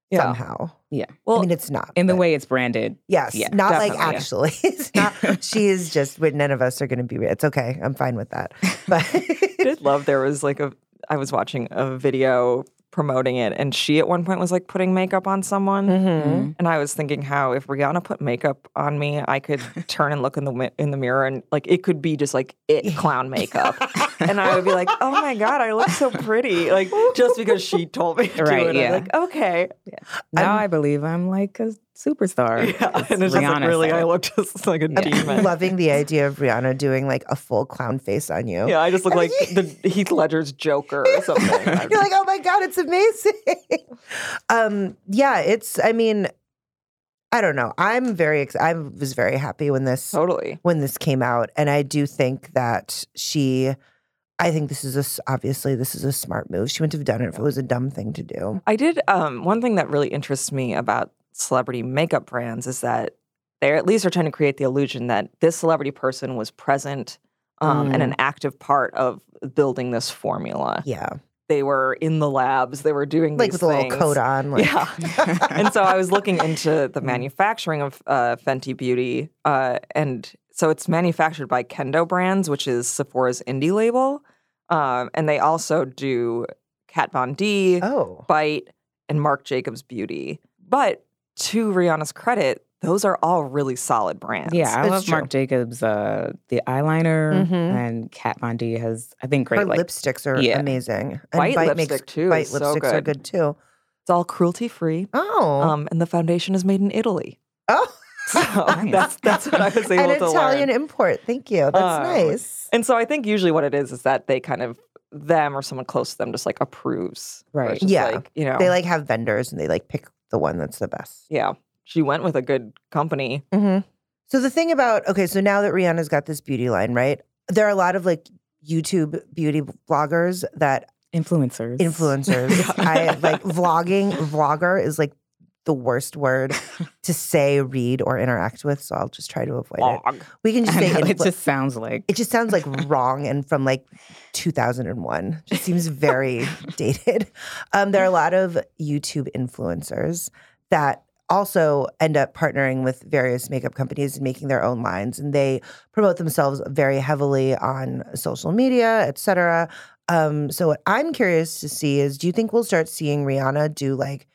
A: Yeah.
B: somehow.
C: Yeah.
A: Well,
B: I mean, it's not.
C: In the
B: but-
C: way it's branded.
B: Yes,
C: Yeah,
B: not like
C: definitely.
B: actually. It's not. she is just. But none of us are going to be. It's okay. I'm fine with that. But
A: I did love there was like a I was watching a video promoting it and she at one point was like putting makeup on someone
C: Mm-hmm.
A: and I was thinking how if Rihanna put makeup on me I could turn and look in the wi- in the mirror and like it could be just like it clown makeup and I would be like oh my god I look so pretty like just because she told me to
C: Right,
A: do it
C: yeah.
A: I'm like okay
C: Now i believe I'm like a superstar.
A: yeah. and it's just like
C: Rihanna
A: really
C: said
A: I
C: it.
A: look just like a demon
B: loving the idea of Rihanna doing like a full clown face on you.
A: yeah I just look like the Heath Ledger's Joker or something I'm
B: You're like, oh my god, it's amazing. um, yeah, it's. I mean, I don't know. I'm very. Ex- I was very happy when this
A: totally
B: when this came out, and I do think that she. I think this is a s- obviously this is a smart move. She wouldn't have done it if it was a dumb thing to do.
A: I did um, one thing that really interests me about celebrity makeup brands is that they at least are trying to create the illusion that this celebrity person was present um, and an active part of building this formula.
B: Mm. Yeah,
A: They were in the labs. They were doing
B: like
A: these
B: with a little
A: things.
B: coat on. Mm. Like,
A: yeah. and so I was looking into the manufacturing of uh, Fenty Beauty, uh, and so it's manufactured by Kendo Brands, which is Sephora's indie label, um, and they also do Kat Von D,
B: Oh,
A: Bite, and Marc Jacobs Beauty. But to Rihanna's credit, those are all really solid brands.
C: Yeah, I
B: It's
C: love Marc Jacobs, uh, the eyeliner,
B: Mhm.
C: and Kat Von D has, I think, great
B: her
C: like
B: lipsticks are
C: Yeah.
B: amazing. And
A: White
B: Bite
A: lipstick,
B: makes,
A: too,
B: Bite
A: is so
B: lipsticks are
A: good.
B: good too.
A: It's all cruelty free,
B: Oh,
A: um, and the foundation is made in Italy.
B: oh,
A: So that's that's what I was able
B: an
A: to learn.
B: Italian import. Thank you. That's
A: Um,
B: nice.
A: And so I think usually what it is is that they kind of them or someone close to them just like approves. Where
C: Right.
A: it's just
B: Yeah.
A: Like, you know.
B: They like have vendors and they like pick the one that's the best.
A: yeah. She went with a good company.
B: Mm-hmm. So the thing about okay, so now that Rihanna's got this beauty line, right? There are a lot of like YouTube beauty bloggers that
C: influencers.
B: influencers. I like vlogging. Vlogger is like the worst word to say, read, or interact with. So I'll just try to avoid it.
A: Blog.
B: We can just
C: I
B: say
C: know, it
B: influ-
C: just sounds like
B: It just sounds like wrong and from like 2001. Just seems very dated. Um, there are a lot of YouTube influencers that also end up partnering with various makeup companies and making their own lines, and they promote themselves very heavily on social media, et cetera. Um, so what I'm curious to see is, do you think we'll start seeing Rihanna do like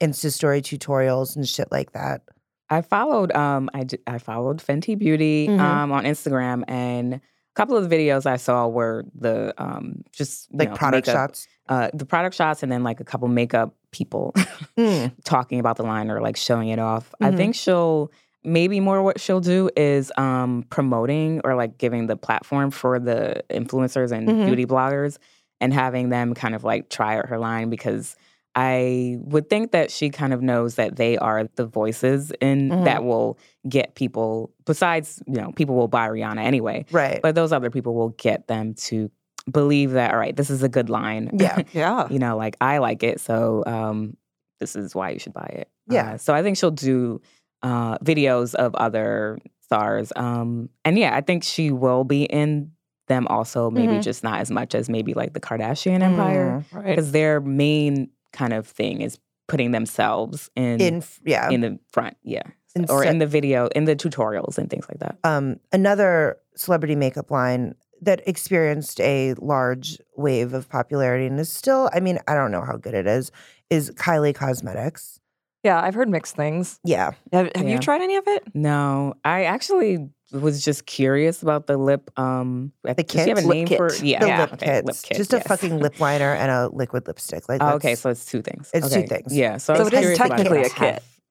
B: Insta story tutorials and shit like that?
C: I followed um I, d- I followed Fenty Beauty
B: Mhm.
C: um on Instagram and a couple of the videos I saw were the um just you
B: Like
C: know,
B: product
C: makeup-
B: shots?
C: uh the product shots and then like a couple makeup people
B: Mm.
C: talking about the line or like showing it off.
B: Mhm.
C: I think she'll maybe more what she'll do is um promoting or like giving the platform for the influencers and
B: Mhm.
C: beauty bloggers and having them kind of like try out her line because I would think that she kind of knows that they are the voices and
B: Mhm.
C: that will get people besides, you know, people will buy Rihanna anyway,
B: Right.
C: but those other people will get them to believe that all right, this is a good line
B: yeah.
A: Yeah.
C: you know, like I like it, so um, this is why you should buy it.
B: Yeah.
C: Uh, so I think she'll do uh, videos of other stars, um, and yeah, I think she will be in them also maybe
L: Mhm.
C: just not as much as maybe like the Kardashian empire
B: Mm-hmm. Mm, right.
C: because their main kind of thing is putting themselves in
B: In f- um, yeah.
C: in the front yeah
B: And
C: or
B: so-
C: in the video in the tutorials and things like that.
B: um, another celebrity makeup line that experienced a large wave of popularity and is still, I mean, I don't know how good it is, is Kylie Cosmetics.
A: Yeah, I've heard mixed things.
B: Yeah.
A: Have, have
C: Yeah.
A: you tried any of it?
C: No, I actually was just curious about the lip. Um, I
B: The
C: think- does
B: kit,
C: she have a name for it? Yeah,
B: the
C: yeah,
B: lip,
C: okay,
B: kits.
C: lip kit,
B: just
C: yes.
B: a fucking lip liner and a liquid lipstick. Like,
C: Oh, okay,
B: that's-
C: so it's two things.
B: It's
C: Okay.
B: two things.
C: Yeah, so I was
B: it is
C: curious about
B: technically a
C: that.
B: kit,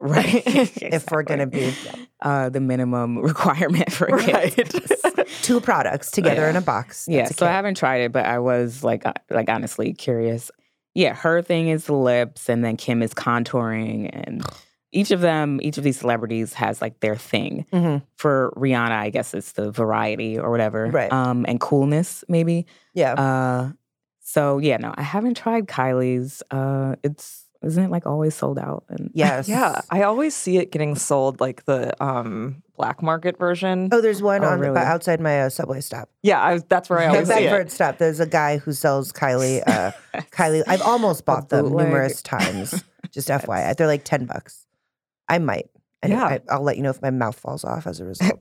C: right?
B: If we're gonna be
C: uh, the minimum requirement for a kit.
B: two products together
C: Yeah.
B: in a box.
C: Yeah,
B: That's a
C: so I haven't tried it, but I was like, uh, like honestly curious. Yeah, her thing is the lips, and then Kim is contouring, and each of them, each of these celebrities has like their thing.
B: Mhm.
C: For Rihanna, I guess it's the variety or whatever,
B: Right.
C: Um, and coolness maybe.
B: Yeah.
C: Uh, so yeah, no, I haven't tried Kylie's. Uh, it's isn't it like always sold out? And
A: Yeah. I always see it getting sold like the um black market version.
B: Oh, there's one
A: Oh,
B: on
A: really?
B: the, outside my uh, subway stop.
A: Yeah, I, that's where I
B: The
A: always see
B: Bedford
A: it.
B: stop. There's a guy who sells Kylie. Uh, Kylie, I've almost bought them
A: bootleg.
B: numerous times. Just FYI, they're like ten bucks. I might. I
A: Yeah.
B: I, I'll let you know if my mouth falls off as a result.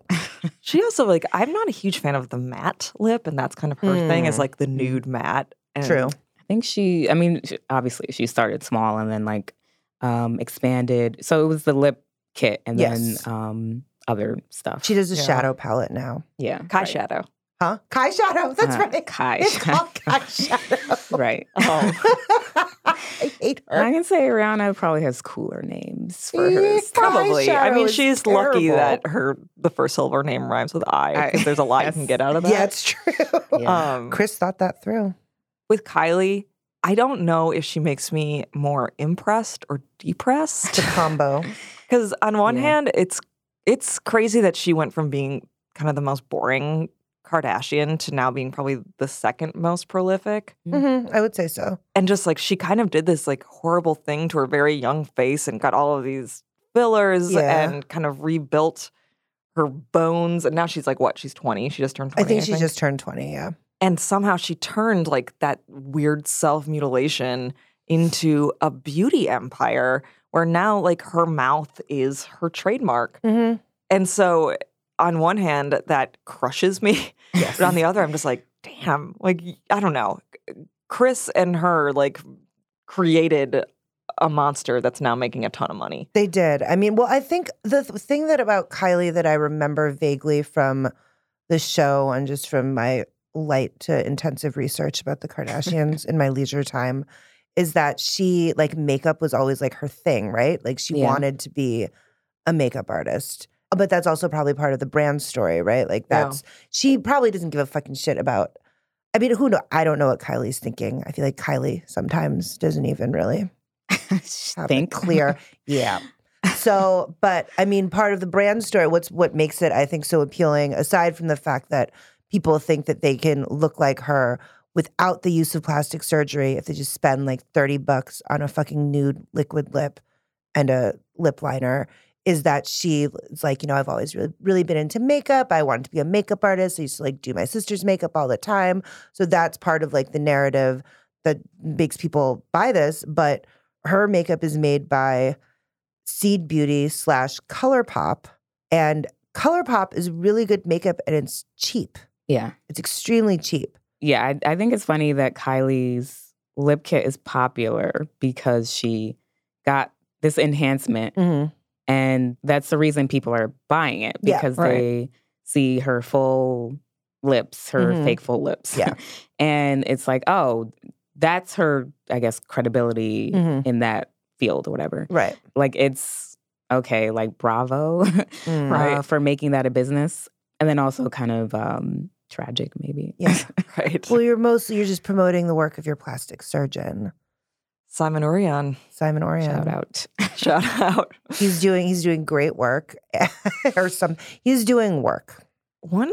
A: She also like I'm not a huge fan of the matte lip, and that's kind of her thing
B: Hmm.
A: is
C: Mm.
A: like the nude matte. And
C: I think she, I mean, sh- obviously she started small and then like um expanded. So it was the lip kit and
B: Yes.
C: then um other stuff.
B: She does a
C: Yeah.
B: shadow palette now.
C: Yeah.
A: Kai shadow.
B: Huh? Kai shadow. That's
C: Uh,
B: right.
C: Kai
B: It's
C: shadow.
B: called Kai shadow.
C: Right.
A: Oh.
B: I hate her.
C: I can say Rihanna probably has cooler names for
B: Yeah,
C: her. stuff.
A: Probably. I
B: Eyeshadow
A: mean,
B: is
A: she's lucky
B: terrible.
A: that her the first syllable of her name rhymes with I.
C: I-
A: Because there's a lot you can get out of that.
B: Yeah, it's true.
A: Um,
B: Chris thought that through.
A: with Kylie, I don't know if she makes me more impressed or depressed.
B: The combo.
A: Because on one hand, it's it's crazy that she went from being kind of the most boring Kardashian to now being probably the second most prolific.
B: hmm I would say so.
A: And just like she kind of did this like horrible thing to her very young face and got all of these fillers
B: Yeah.
A: and kind of rebuilt her bones. And now she's like what? She's 20. She just turned 20.
B: I think she just turned twenty. Yeah.
A: and somehow she turned like that weird self mutilation into a beauty empire where now like her mouth is her trademark.
B: Mm-hmm.
A: And so on one hand that crushes me, but on the other I'm just like damn, like I don't know. Chris and her like created a monster that's now making a ton of money.
B: They did. I mean, well, I think the th- thing that about Kylie that I remember vaguely from the show and just from my light to intensive research about the Kardashians in my leisure time is that she like makeup was always like her thing, right? Like she
L: Yeah.
B: wanted to be a makeup artist. But that's also probably part of the brand story, right? Like
A: Yeah.
B: that's she probably doesn't give a fucking shit about I mean, who know I don't know what Kylie's thinking. I feel like Kylie sometimes doesn't even really have
C: think.
B: it clear. yeah. So, but I mean, part of the brand story, what's what makes it, I think, so appealing, aside from the fact that people think that they can look like her without the use of plastic surgery if they just spend like 30 bucks on a fucking nude liquid lip and a lip liner. Is that she? It's like you know, I've always really, really been into makeup. I wanted to be a makeup artist. I used to like do my sister's makeup all the time. So that's part of like the narrative that makes people buy this. But her makeup is made by Seed Beauty slash ColourPop, and ColourPop is really good makeup, and it's cheap.
C: Yeah.
B: It's extremely cheap.
C: Yeah, I, I think it's funny that Kylie's lip kit is popular because she got this enhancement
B: Mm-hmm.
C: and that's the reason people are buying it
B: Yeah,
C: because
B: right.
C: they see her full lips, her
B: Mhm.
C: fake full lips.
B: Yeah.
C: and it's like, oh, that's her, I guess, credibility
A: mm-hmm.
B: Mhm.
C: in that field or whatever.
B: Right.
C: Like it's okay, like bravo
B: Mm.
C: uh, for making that a business. And then also kind of um tragic maybe.
B: Yeah.
A: Right.
B: well, you're mostly you're just promoting the work of your plastic surgeon,
A: Simon Orion.
B: Simon Orion.
C: Shout out.
A: Shout out.
B: He's doing he's doing great work, or some he's doing work.
A: One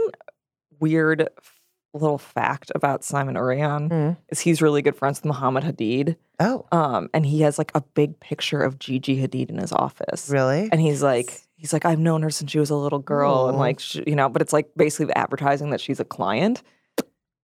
A: weird f- little fact about Simon Orion
B: Mm.
A: is he's really good friends with Muhammad Hadid.
B: Oh,
A: Um, and he has like a big picture of Gigi Hadid in his office.
B: really?
A: And he's like, he's like, I've
C: Oh.
A: known her since she was a little girl, and
B: Aw.
A: like, sh you know, but it's like basically advertising that she's a client.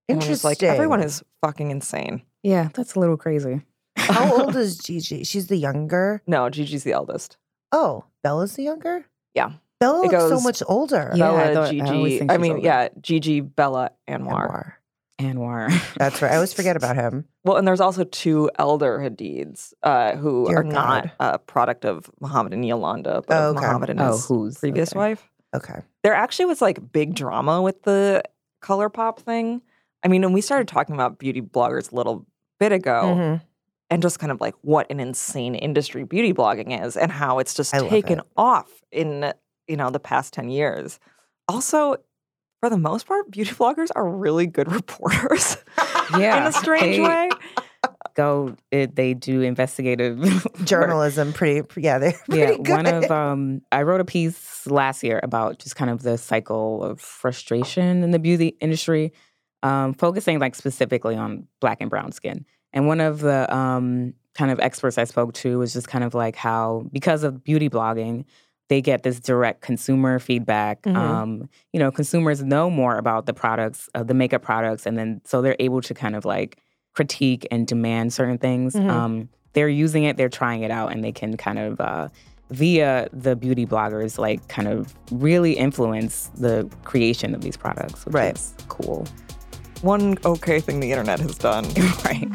A: And I'm just like,
B: Interesting.
A: everyone is fucking insane.
C: Yeah, that's a little crazy.
B: How old is Gigi? She's the younger.
A: No, Gigi's the eldest.
B: Oh, Bella's the younger?
A: Yeah.
B: Bella
A: It
B: looks so
A: goes-
B: much older.
C: Yeah, I
A: Bella,
C: thought- I always
A: Gigi.
C: think
A: I,
C: she's
A: mean,
C: older.
A: yeah, Gigi, Bella, Anwar. Anwar.
C: Anwar.
B: That's right. I always forget about him.
A: Well, and there's also two elder Hadids uh, who
B: Dear
A: are not a product of Muhammad and Yolanda, but
B: Oh,
A: of
B: okay.
A: Muhammad and
C: Oh,
A: his
C: who's-
A: previous
C: okay.
A: wife.
B: Okay.
A: There actually was like big drama with the color pop thing. I mean, and we started talking about beauty bloggers a little bit ago.
C: Mm-hmm.
B: Mhm.
A: And just kind of like what an insane industry beauty blogging is, and how it's just
B: I love
A: taken
B: it.
A: off in you know the past ten years. Also, for the most part, beauty bloggers are really good reporters
C: yeah.
A: in a strange
C: they
A: way.
C: Go, it, they do investigative work.
B: Journalism, pretty, yeah, they're pretty
C: yeah,
B: good.
C: one of um, I wrote a piece last year about just kind of the cycle of frustration in the beauty industry, um, focusing like specifically on black and brown skin. And one of the um, kind of experts I spoke to was just kind of like how because of beauty blogging, they get this direct consumer feedback.
B: Mm-hmm.
A: Mhm.
C: Um, you know, consumers know more about the products, uh, the makeup products, and then so they're able to kind of like critique and demand certain things.
B: Mhm.
C: Um, they're using it, they're trying it out, and they can kind of uh, via the beauty bloggers like kind of really influence the creation of these products, which
B: Right.
C: is cool,
A: One okay thing the internet has done.
C: right?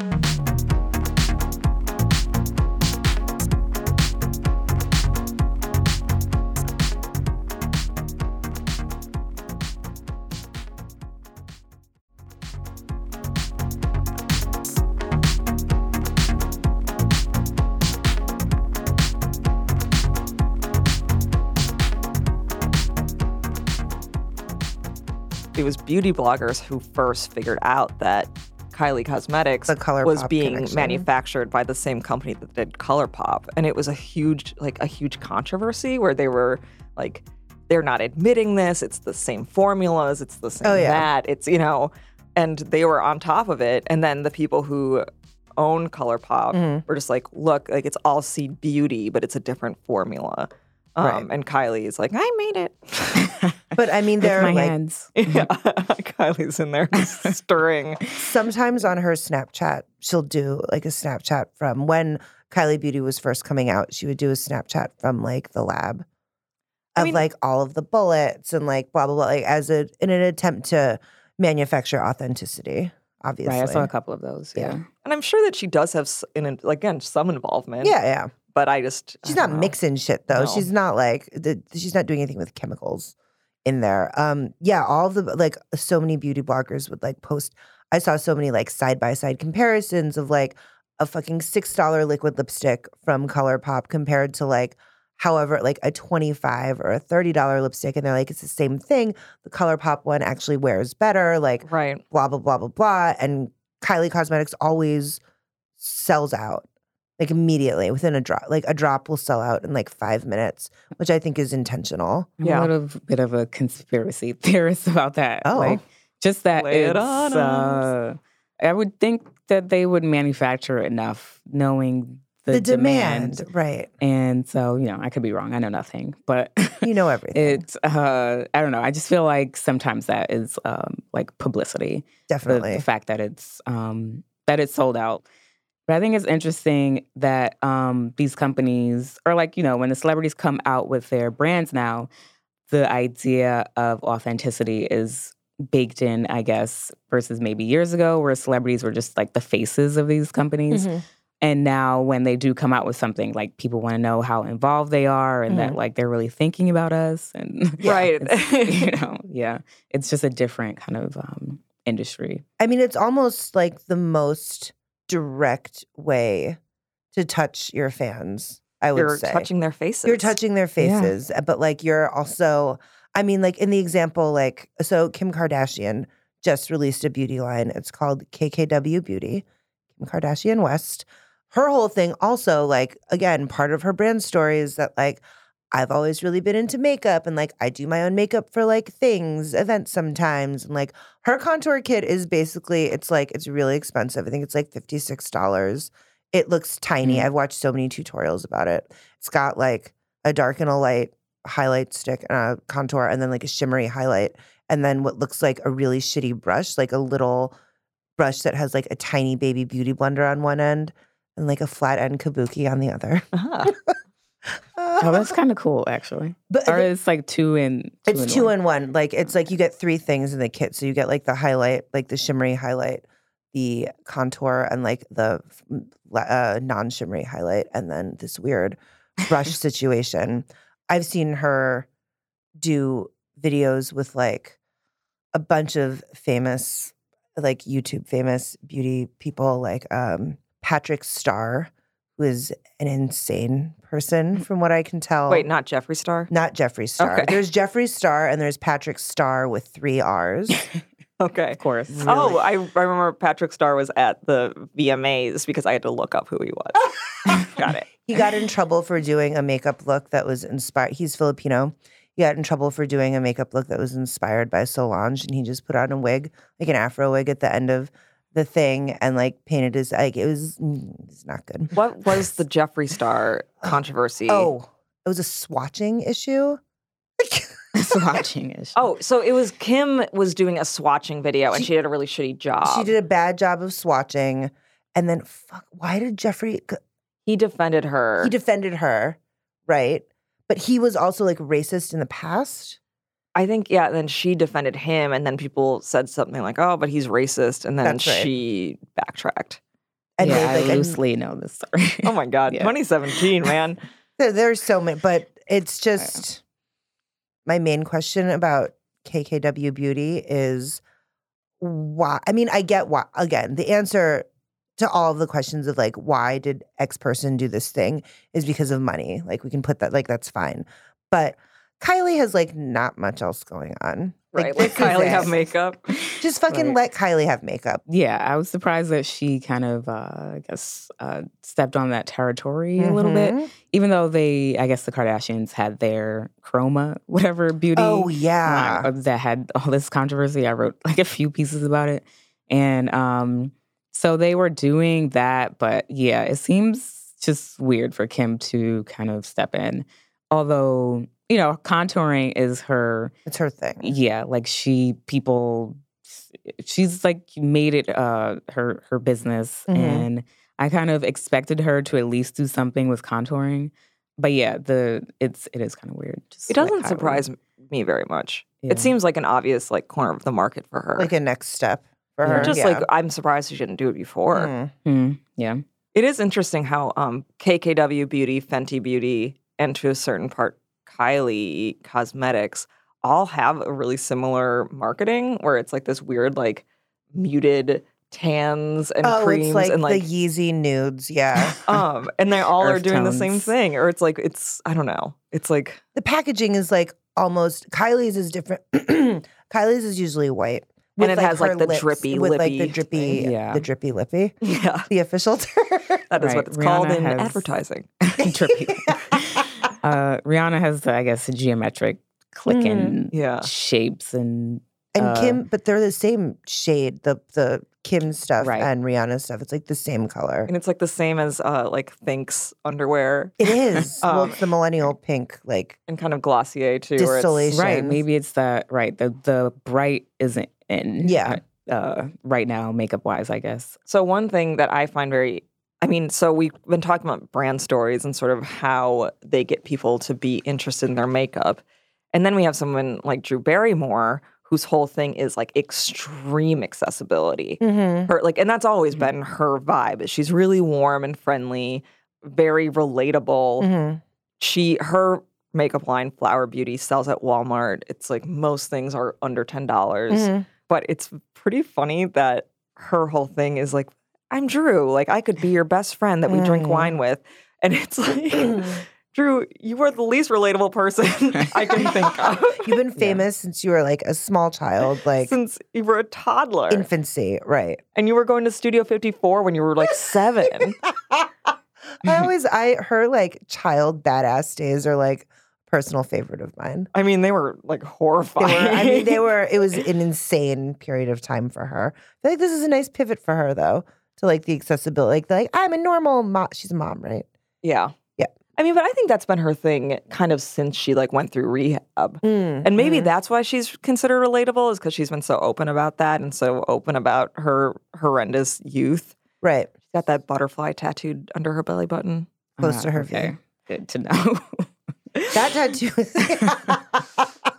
A: It was beauty bloggers who first figured out that Kylie Cosmetics
B: The ColourPop
A: was being
B: connection.
A: manufactured by the same company that did ColourPop, and it was a huge, like a huge controversy where they were like, they're not admitting this. It's the same formulas. It's the same
B: Oh, yeah.
A: that. It's you know, and they were on top of it. And then the people who own ColourPop
B: Mhm.
A: were just like, look, like it's all seed beauty, but it's a different formula. Um,
B: Right.
A: And Kylie is like, I made it.
B: But I mean,
C: With
B: they're
C: my
B: like
C: hands.
A: Yeah, Kylie's in there stirring.
B: sometimes on her Snapchat, she'll do like a Snapchat from when Kylie Beauty was first coming out. She would do a Snapchat from like the lab of
A: I mean-
B: like all of the bullets and like blah blah blah, like as a in an attempt to manufacture authenticity. Obviously,
C: Right, I saw a couple of those.
B: Yeah.
C: Yeah,
A: And I'm sure that she does have, s- an, in- again, some involvement.
B: yeah, yeah.
A: But I just. I
B: She's
A: don't
B: not
A: know.
B: mixing shit
A: No.
B: though. She's not like the, she's not doing anything with chemicals in there. Um, yeah, all the like so many beauty bloggers would like post. I saw so many like side by side comparisons of like a fucking six dollar liquid lipstick from ColourPop compared to like however like a twenty five or a thirty dollar lipstick, and they're like it's the same thing. The ColourPop one actually wears better. Like
A: Right.
B: blah blah blah blah blah and kylie cosmetics always sells out like immediately within a drop like a drop will sell out in like five minutes which i think is intentional
C: I'm
A: Yeah.
C: a little bit of a conspiracy theorist about that.
B: Oh.
C: Like, just that
A: Lay it
C: it's,
A: on us.
C: uh, I would think that they would manufacture enough, knowing the,
B: right
C: And so, you know, I could be wrong. I know nothing, but
B: you know everything
C: it's uh, I don't know. I just feel like sometimes that is um, like publicity the,
B: definitely
C: the fact that it's um, that it's sold out. But I think it's interesting that um, these companies, or like you know, when the celebrities come out with their brands now, the idea of authenticity is baked in, I guess, versus maybe years ago where celebrities were just like the faces of these companies.
A: Mm-hmm.
B: Mm-hmm.
C: And now, when they do come out with something, like people want to know how involved they are and that, like, they're really thinking about us. And
A: Right.
C: it's- you know, yeah, it's just a different kind of um, industry.
B: i mean it's almost like the most direct way to touch your fans i would
A: You're
B: say
A: touching their faces.
B: You're touching their faces, uh, but like you're also, I mean, like in the example, like, so Kim Kardashian just released a beauty line. It's called KKW Beauty, Kim Kardashian West. Her whole thing, also, like, again, part of her brand story is that, like, I've always really been into makeup and like I do my own makeup for like things, events sometimes. And like her contour kit is basically, it's like, it's really expensive. I think it's like $56. It looks tiny.
C: Mhm.
B: I've watched so many tutorials about it. It's got like a dark and a light highlight stick and a contour and then like a shimmery highlight. And then what looks like a really shitty brush, like a little brush that has like a tiny baby beauty blender on one end and like a flat end kabuki on the other.
A: Uh-huh.
C: Oh, that's kind of cool, actually.
B: But-
C: or it's like two and
B: it's two in one. Like it's like you get three things in the kit. So you get like the highlight, like the shimmery highlight, the contour, and like the mm, la- uh, non shimmery highlight, and then this weird brush situation. I've seen her do videos with like a bunch of famous, like YouTube famous beauty people, like um, Patrick Starr, who is an insane person from what I can tell.
A: Wait, not Jeffree Star?
B: Not Jeffree Star.
A: Okay.
B: There's Jeffree Star and there's Patrick Star with three R's.
A: Okay.
C: Of course.
A: Oh, I, I remember Patrick Starr was at the VMAs because I had to look up who he was. Got it.
B: he got in trouble for doing a makeup look that was inspired. He's Filipino. He got in trouble for doing a makeup look that was inspired by Solange, and he just put on a wig, like an afro wig, at the end of the thing, and like painted his like it was. mm, It's not good.
A: What was the Jeffree Star controversy?
B: Oh, it was a swatching issue.
C: swatching is.
A: Oh, so it was Kim was doing a swatching video and she, did a really shitty job.
B: She did a bad job of swatching, and then fuck. Why did Jeffrey?
A: He defended her.
B: He defended her, right? But he was also like racist in the past.
A: I think yeah. Then she defended him, and then people said something like, "Oh, but he's racist," and then
B: That's right.
A: she backtracked.
B: And
C: yeah,
B: made, like,
C: I
B: a-
C: loosely know this story.
A: Oh my god,
C: Yeah.
A: 2017, man.
B: There, there's so many, but it's just my main question about KKW Beauty is why? I mean, I get why. Again, the answer to all of the questions of like, why did X person do this thing is because of money. Like, we can put that, like, that's fine. But Kylie has like not much else going on.
A: Right, like
B: this is
A: Kylie
B: it.
A: have makeup.
B: Just fucking
C: Right.
B: let Kylie have makeup.
C: yeah, I was surprised that she kind of, uh, I guess, uh, stepped on that territory a little bit.
B: Mhm.
C: Even though they, I guess, the Kardashians had their chroma, whatever beauty
B: Oh, yeah.
C: line that had all this controversy. I wrote like a few pieces about it, and um, so they were doing that. But yeah, it seems just weird for Kim to kind of step in, although. You know, contouring is her
B: It's her thing.
C: yeah like she people she's like made it uh her her business
A: Mm-hmm.
B: Mhm.
C: and i kind of expected her to at least do something with contouring but yeah the it's it is kind of weird just
A: It
C: like
A: doesn't
C: Kylie.
A: surprise me very much.
C: Yeah.
A: It seems like an obvious like corner of the market for her.
B: Like a next step for
C: Yeah.
B: her.
A: just
B: yeah.
A: like I'm surprised she didn't do it before.
B: Mhm.
C: Mm, yeah
A: It is interesting how um, KKW Beauty, Fenty Beauty, and to a certain part Kylie Cosmetics all have a really similar marketing where it's like this weird like muted tans and
B: oh,
A: creams
B: it's like
A: and like
B: the Yeezy nudes. Yeah.
A: um and they all are
C: Earth
A: doing the same
C: tones.
A: thing or it's like it's I don't know. It's like
B: the packaging is like almost Kylie's is different. Kylie's is usually white. with,
A: it has, like,
B: her
A: the drippy
B: with like the
A: lippy
B: drippy,
C: thing. Yeah.
B: the drippy lippy,
A: yeah,
B: the official term.
A: that is
C: Right.
A: what it's called
C: Rihanna
A: in
C: has-
A: advertising.
C: trippy uh rihanna has the, i guess geometric clicking
B: Mm-hmm.
A: Yeah.
C: shapes and
B: and
C: Uh,
B: Kim, but they're the same shade. The the Kim stuff
C: Right.
B: and Rihanna stuff. It's like the same color.
A: And it's like the same as uh like Thinks underwear
B: It is. well,
A: Um,
B: it's the millennial pink. Like
A: and kind of Glossier too where it's
B: Distillation.
C: right
B: Shins.
C: maybe it's that right the the bright isn't in
B: Yeah.
C: uh, uh right now makeup wise i guess
A: So one thing that I find very I mean, so we've been talking about brand stories and sort of how they get people to be interested in their makeup. And then we have someone like Drew Barrymore whose whole thing is like extreme accessibility.
B: Mm-hmm.
A: Her like and that's always been her vibe. is She's really warm and friendly, very relatable
B: Mhm.
A: she her makeup line flower beauty sells at walmart it's like most things are under $10 dollars
B: Mhm.
A: but it's pretty funny that her whole thing is like i'm drew like i could be your best friend that we drink
B: Mm.
A: wine with and it's like drew you are the least relatable person i can think of
B: you've been famous since you were like a small child, like
A: since you were a toddler
B: infancy, right?
A: and you were going to studio 54 when you were like seven
B: I always, I her like child badass days are like personal favorite of mine.
A: i mean they were like
B: They
A: horrifying
B: were, I mean, they were. It was an insane period of time for her. I feel like this is a nice pivot for her though to like the accessibility. Like, like I'm a normal mom. She's a mom, right?
A: yeah
B: Yeah.
A: I mean, but I think that's been her thing kind of since she like went through rehab. And maybe
B: Mm-hmm.
A: that's why she's considered relatable is because she's been so open about that and so open about her horrendous youth.
B: Right.
A: She's got that butterfly tattooed under her belly button.
B: Close to her vein.
C: Uh, Good to know.
B: that tattoo is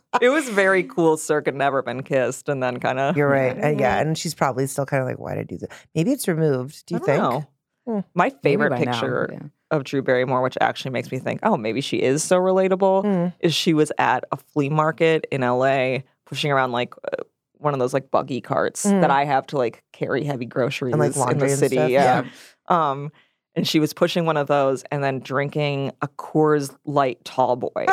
A: it was very cool circa never been kissed and then kind of
B: You're right. Uh, yeah, and she's probably still kind of like, why did I do this? Maybe it's removed. Do you
A: I
B: think? Hmm,
A: don't know. My favorite
B: by now,
A: picture
B: yeah.
A: of Drew Barrymore, which actually makes me think, oh, maybe she is so relatable,
B: Hmm.
A: is she was at a flea market in LA pushing around like uh, one of those like buggy carts
B: Mm.
A: that I have to like carry heavy groceries
B: And, like,
A: in the
B: laundry and
A: city.
B: stuff,
A: Yeah. Um, and she was pushing one of those and then drinking a Coors Light tall boy.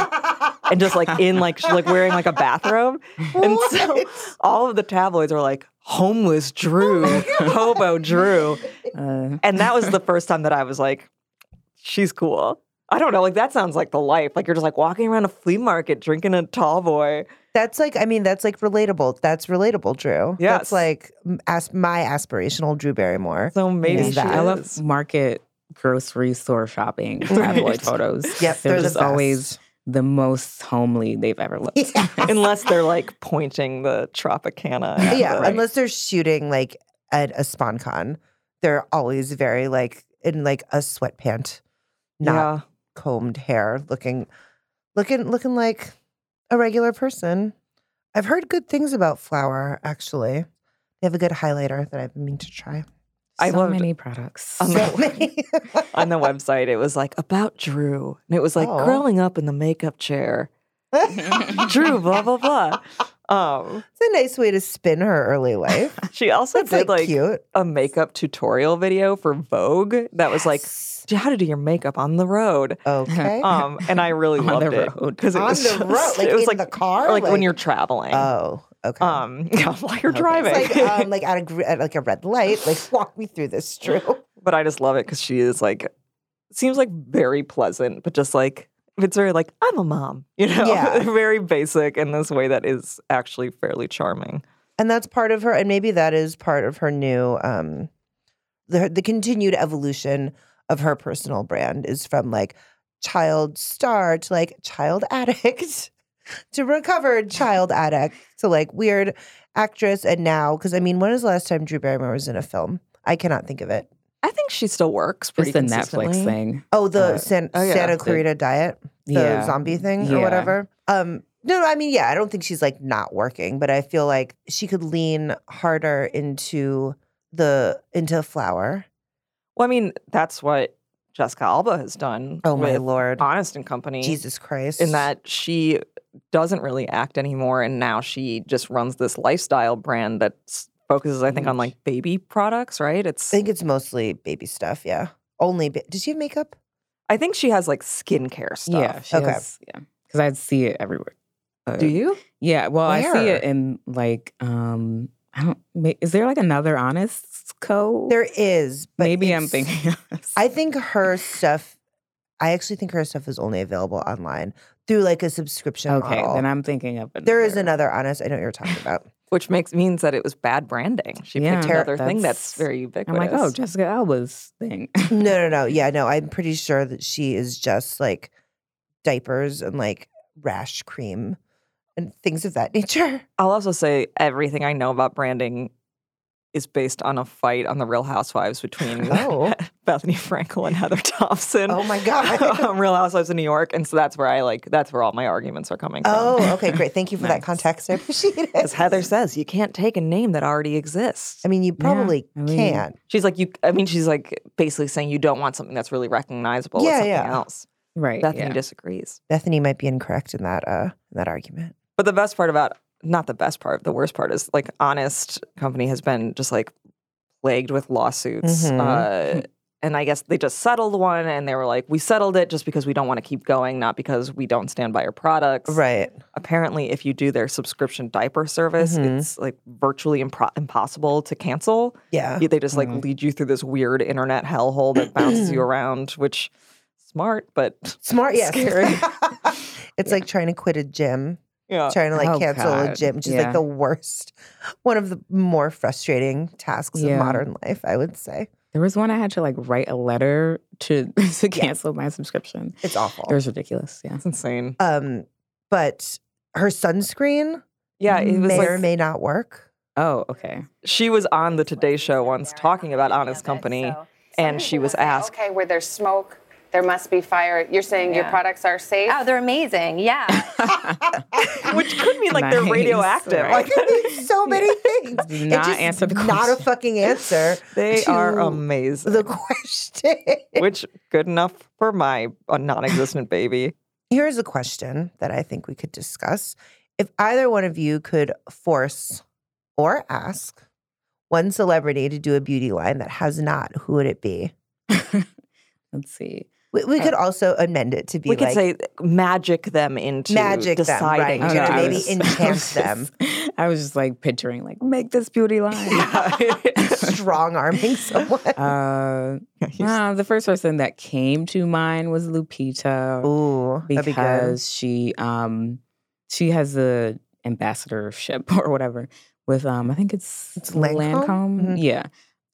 A: and just like in like she's like wearing like a bathrobe. And so all of the tabloids were like, homeless Drew, hobo Drew.
C: Uh,
A: And that was the first time that I was like, she's cool. I don't know, like that sounds like the life. Like you're just like walking around a flea market drinking a tall boy.
B: That's like, I mean, that's like relatable. That's relatable, Drew.
A: Yes.
B: That's like m- as my aspirational Drew Barrymore.
A: So
B: maybe
A: she
C: I love market grocery store shopping tabloid photos.
B: Yep,
C: they're,
B: they're the
C: just always the most homely they've ever looked.
A: Unless they're like pointing the Tropicana.
B: Yeah,
A: at the-
B: unless they're shooting like at a SponCon, they're always very like in like a sweatpant, not
A: Yeah.
B: combed hair, looking, looking, looking like a regular person. I've heard good things about Flower. Actually, they have a good highlighter that I've been meaning to try.
A: I
C: so
A: loved-
C: many products.
A: on,
B: So
A: the, on the website, it was like about Drew. And it was like
B: Oh.
A: growing up in the makeup chair. Drew, blah, blah, blah. Um,
B: It's a nice way to spin her early life.
A: She also
B: That's,
A: did
B: like,
A: like,
B: cute.
A: a makeup tutorial video for Vogue that was like "Do- how to do your makeup on the road.
B: Okay.
A: Um, and I really
C: On
A: loved
C: the
A: it
C: road.
A: because it
B: On
A: was
B: the road,
A: just-
B: like
A: it was
B: in
A: like
B: the car,
A: or, like, when
B: like-
A: you're traveling.
B: Oh, okay.
A: Um, yeah, while you're driving.
B: It's like um, like at a gr- at like a red light. Like walk me through this, Drew.
A: but I just love it because she is like, seems like very pleasant, but just like it's very like I'm a mom, you know,
B: Yeah.
A: very basic in this way that is actually fairly charming.
B: and that's part of her and maybe that is part of her new um the the continued evolution of her personal brand is from like child star to like child addict to recovered child addict to like weird actress and now because i mean when was the last time drew barrymore was in a film i cannot think of it
A: I think she still works pretty
C: It's the
A: consistently.
C: Netflix thing.
B: oh the
C: Uh,
B: San-
A: oh, yeah,
B: santa
A: the-
B: clarita diet the
C: Yeah.
B: zombie thing
C: Yeah.
B: or whatever um no, no, I mean, yeah, I don't think she's like not working, but I feel like she could lean harder into the into flower.
A: Well, I mean, that's what Jessica Alba has done.
B: Oh my
A: with
B: lord,
A: Honest and Company.
B: Jesus Christ!
A: in that she doesn't really act anymore and now she just runs this lifestyle brand that s- focuses i think on like baby products right
B: I
A: it's
B: think it's mostly baby stuff. Yeah, only. Ba- Does she have makeup?
A: i think she has like skincare stuff
C: Yeah, she
B: Okay.
C: has- yeah, because I see it everywhere. Uh,
A: do you
C: Yeah, well, I see
B: Where?
C: it in like um, I don't. ma- Is there like another Honest Co?
B: There is. But
C: Maybe I'm
B: it's-
C: thinking.
B: I think her stuff. I actually think her stuff is only available online through like a subscription
C: okay,
B: model.
C: then I'm thinking of another.
B: there is another honest. I know what you're talking about.
A: which makes means that it was bad branding she
C: Yeah,
A: picked another thing that's
C: that's-
A: very
C: I'm
A: ubiquitous
C: like, oh, Jessica Alba's thing.
B: no, no, no. Yeah, no. I'm pretty sure that she is just like diapers and like rash cream and things of that nature.
A: i'll also say everything i know about branding is based on a fight on the Real Housewives between
B: Oh.
A: Bethany Frankel and Heather Thompson.
B: Oh my god.
A: on Real Housewives of New York, and so that's where I like that's where all my arguments are coming from.
B: Oh, okay, great. Thank you for that
C: Nice.
B: context. I appreciate it.
A: As Heather says, you can't take a name that already exists.
B: I mean, you probably
C: I mean,
B: can't.
A: She's like, you. I mean, she's like basically saying you don't want something that's really recognizable with
B: Yeah,
A: something
B: yeah.
A: else.
C: right.
A: Bethany
C: yeah.
A: disagrees.
B: Bethany might be incorrect in that uh in that argument.
A: But the best part about, not the best part, the worst part is like Honest Company has been just like plagued with lawsuits. Uh,
B: Mm-hmm.
A: and I guess they just settled one and they were like, we settled it just because we don't want to keep going, not because we don't stand by your products.
B: Right.
A: Apparently, if you do their subscription diaper service,
B: Mhm.
A: it's like virtually impro- impossible to cancel.
B: Yeah.
A: Yeah, they just
B: Mm-hmm.
A: like
C: Mhm.
A: lead you through this weird internet hellhole that bounces you around, which smart, but
B: Smart, yes.
A: Scary.
B: it's like trying to quit a gym
A: Yeah.
B: trying to like
A: Oh,
B: cancel a
A: God.
B: gym, which is
A: Yeah.
B: like the worst, one of the more frustrating tasks
C: Yeah.
B: of modern life, I would say.
C: There was one I had to like write a letter to to cancel my subscription.
B: It's awful.
C: It was ridiculous. Yeah, it's
A: insane.
B: Um, but her sunscreen,
A: Yeah, it was
B: may
A: like-
B: or may not work.
C: Oh, okay.
A: She was on the Today Show once talking about Honest Company, and she was asked,
L: Okay, where there's smoke, there must be fire. You're saying your
A: Yeah.
L: products are safe? Oh, they're amazing. Yeah.
A: which could mean like they're
C: Nice,
A: radioactive.
C: right.
A: Like
B: so many things.
C: Did
B: It
C: not
B: just
C: answer the
B: Not a
C: question.
B: fucking answer.
A: they
B: to
A: are amazing.
B: The question.
A: which good enough for my uh, non-existent baby.
B: Here's a question that I think we could discuss. If either one of you could force or ask one celebrity to do a beauty line that has not, who would it be?
C: Let's see.
B: We, we could also amend it to be
A: Oh. We could
B: like
A: say magic them into
B: magic them,
A: deciding.
B: right?
C: I don't
B: You're
C: know,
B: gonna
C: I
B: maybe
C: was- I
B: enchant
C: was
B: them,
C: I was just like picturing like make this beauty line.
B: strong arming someone.
C: Uh, uh, the first person that came to mind was Lupita.
B: Ooh,
C: because
B: that'd be good.
C: she um she has the ambassadorship or whatever with um I think it's,
B: Lancome? Mhm.
C: Yeah,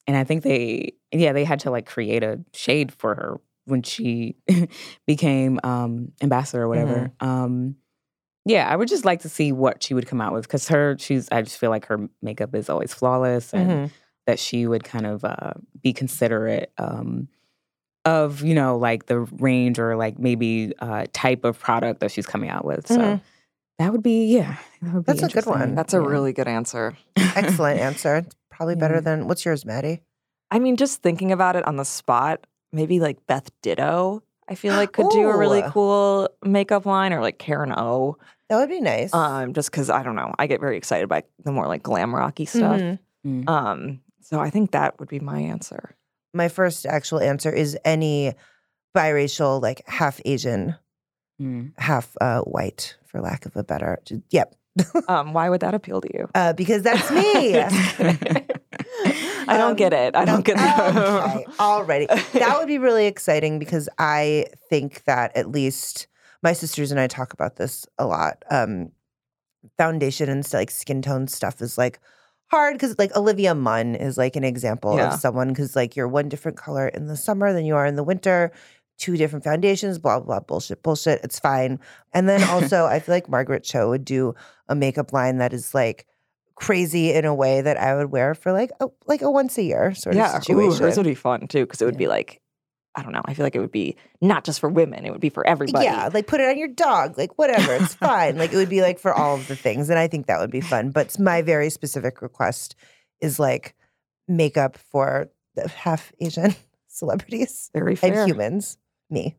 C: and I think they yeah they had to like create a shade for her when she became um ambassador or
B: Mm-hmm.
C: whatever. Um, yeah, I would just like to see what she would come out with because her she's I just feel like her makeup is always flawless and
B: Mhm.
C: that she would kind of uh, be considerate um, of you know like the range or like maybe uh, type of product that she's coming out with. So
B: Mhm.
C: that would be yeah, that would be
B: That's a good one.
C: interesting.
A: That's a
C: Yeah.
A: really good answer.
B: Excellent answer. It's Probably better
A: Yeah.
B: than what's yours, Maddie?
A: I mean, just thinking about it on the spot, maybe like Beth Ditto, I feel like could do a really
B: Ooh.
A: cool makeup line, or like Karen O.
B: That would be nice.
A: Um, just because I don't know, I get very excited by the more like glam rocky stuff.
B: Mhm.
C: Mm.
A: Um, so I think that would be my answer.
B: My first actual answer is any biracial, like half Asian,
C: Mm.
B: half uh, white, for lack of a better. j- Yep.
A: Um, why would that appeal to you?
B: Uh, because that's me.
A: I don't
B: Um,
A: get it. I don't get that.
B: okay. Alrighty. That would be really exciting because I think that at least my sisters and I talk about this a lot. Um, foundation and st- like skin tone stuff is like hard because like Olivia Munn is like an example
A: Yeah.
B: of someone because like you're one different color in the summer than you are in the winter. Two different foundations, blah blah bullshit, bullshit. It's fine. And then also, I feel like Margaret Cho would do a makeup line that is like crazy in a way that I would wear for like a, like a once a year sort
A: yeah,
B: of
A: ooh,
B: situation.
A: hers would be fun too because it would be like, I don't know. I feel like it would be not just for women; it would be for everybody.
B: Yeah, like put it on your dog, like whatever, it's fine. Like it would be like for all of the things. And I think that would be fun. But my very specific request is like makeup for the half Asian celebrities
A: Very fair.
B: and humans. Me.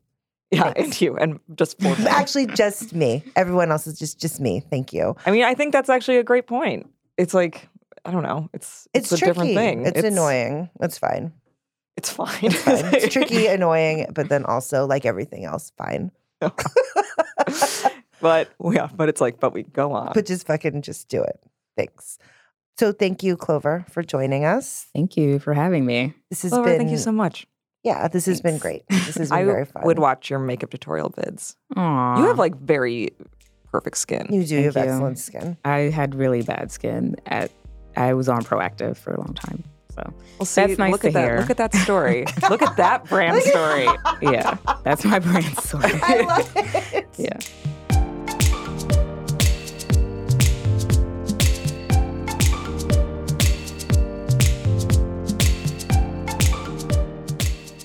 A: Yeah, and you, and just for them.
B: Actually, just me. Everyone else is just just me. Thank you.
A: I mean, I think that's actually a great point. It's like I don't know. It's
B: It's,
A: it's, a
B: tricky.
A: different thing.
B: It's, annoying. That's fine.
A: It's fine.
B: It's fine. it's tricky, annoying, but then also like everything else, fine.
A: but yeah, but it's like, but we go on.
B: But just fucking just do it. Thanks. So thank you, Clover, for joining us.
C: Thank you for having me.
B: This has
A: Laura,
B: been
A: thank you so much.
B: Yeah, this has been great. This has been
A: I
B: very fun.
A: would watch your makeup tutorial vids.
C: Aw.
A: You have like very perfect skin.
B: you do. You have
C: Thank you.
B: excellent skin.
C: I had really bad skin. At I was on proactive for a long time. So
A: Well, see,
C: that's nice
A: look
C: to
A: at that.
C: hear.
A: Look at that story. look at that brand
C: Look at-
A: story.
C: yeah, that's my brand story.
B: I love it.
C: Yeah.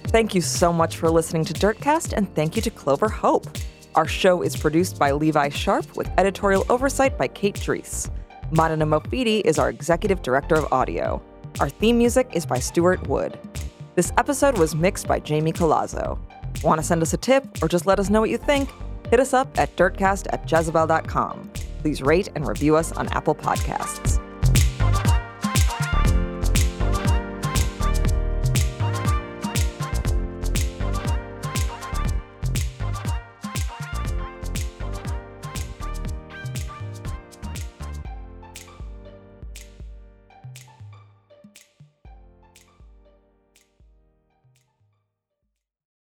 A: Thank you so much for listening to Dirtcast, and thank you to Clover Hope. Our show is produced by Levi Sharp with editorial oversight by Kate Drees. Madana Mofidi is our executive director of audio. Our theme music is by Stuart Wood. This episode was mixed by Jamie Colazzo. Want to send us a tip or just let us know what you think? Hit us up at dirtcast at jezebel.com. Please rate and review us on Apple Podcasts.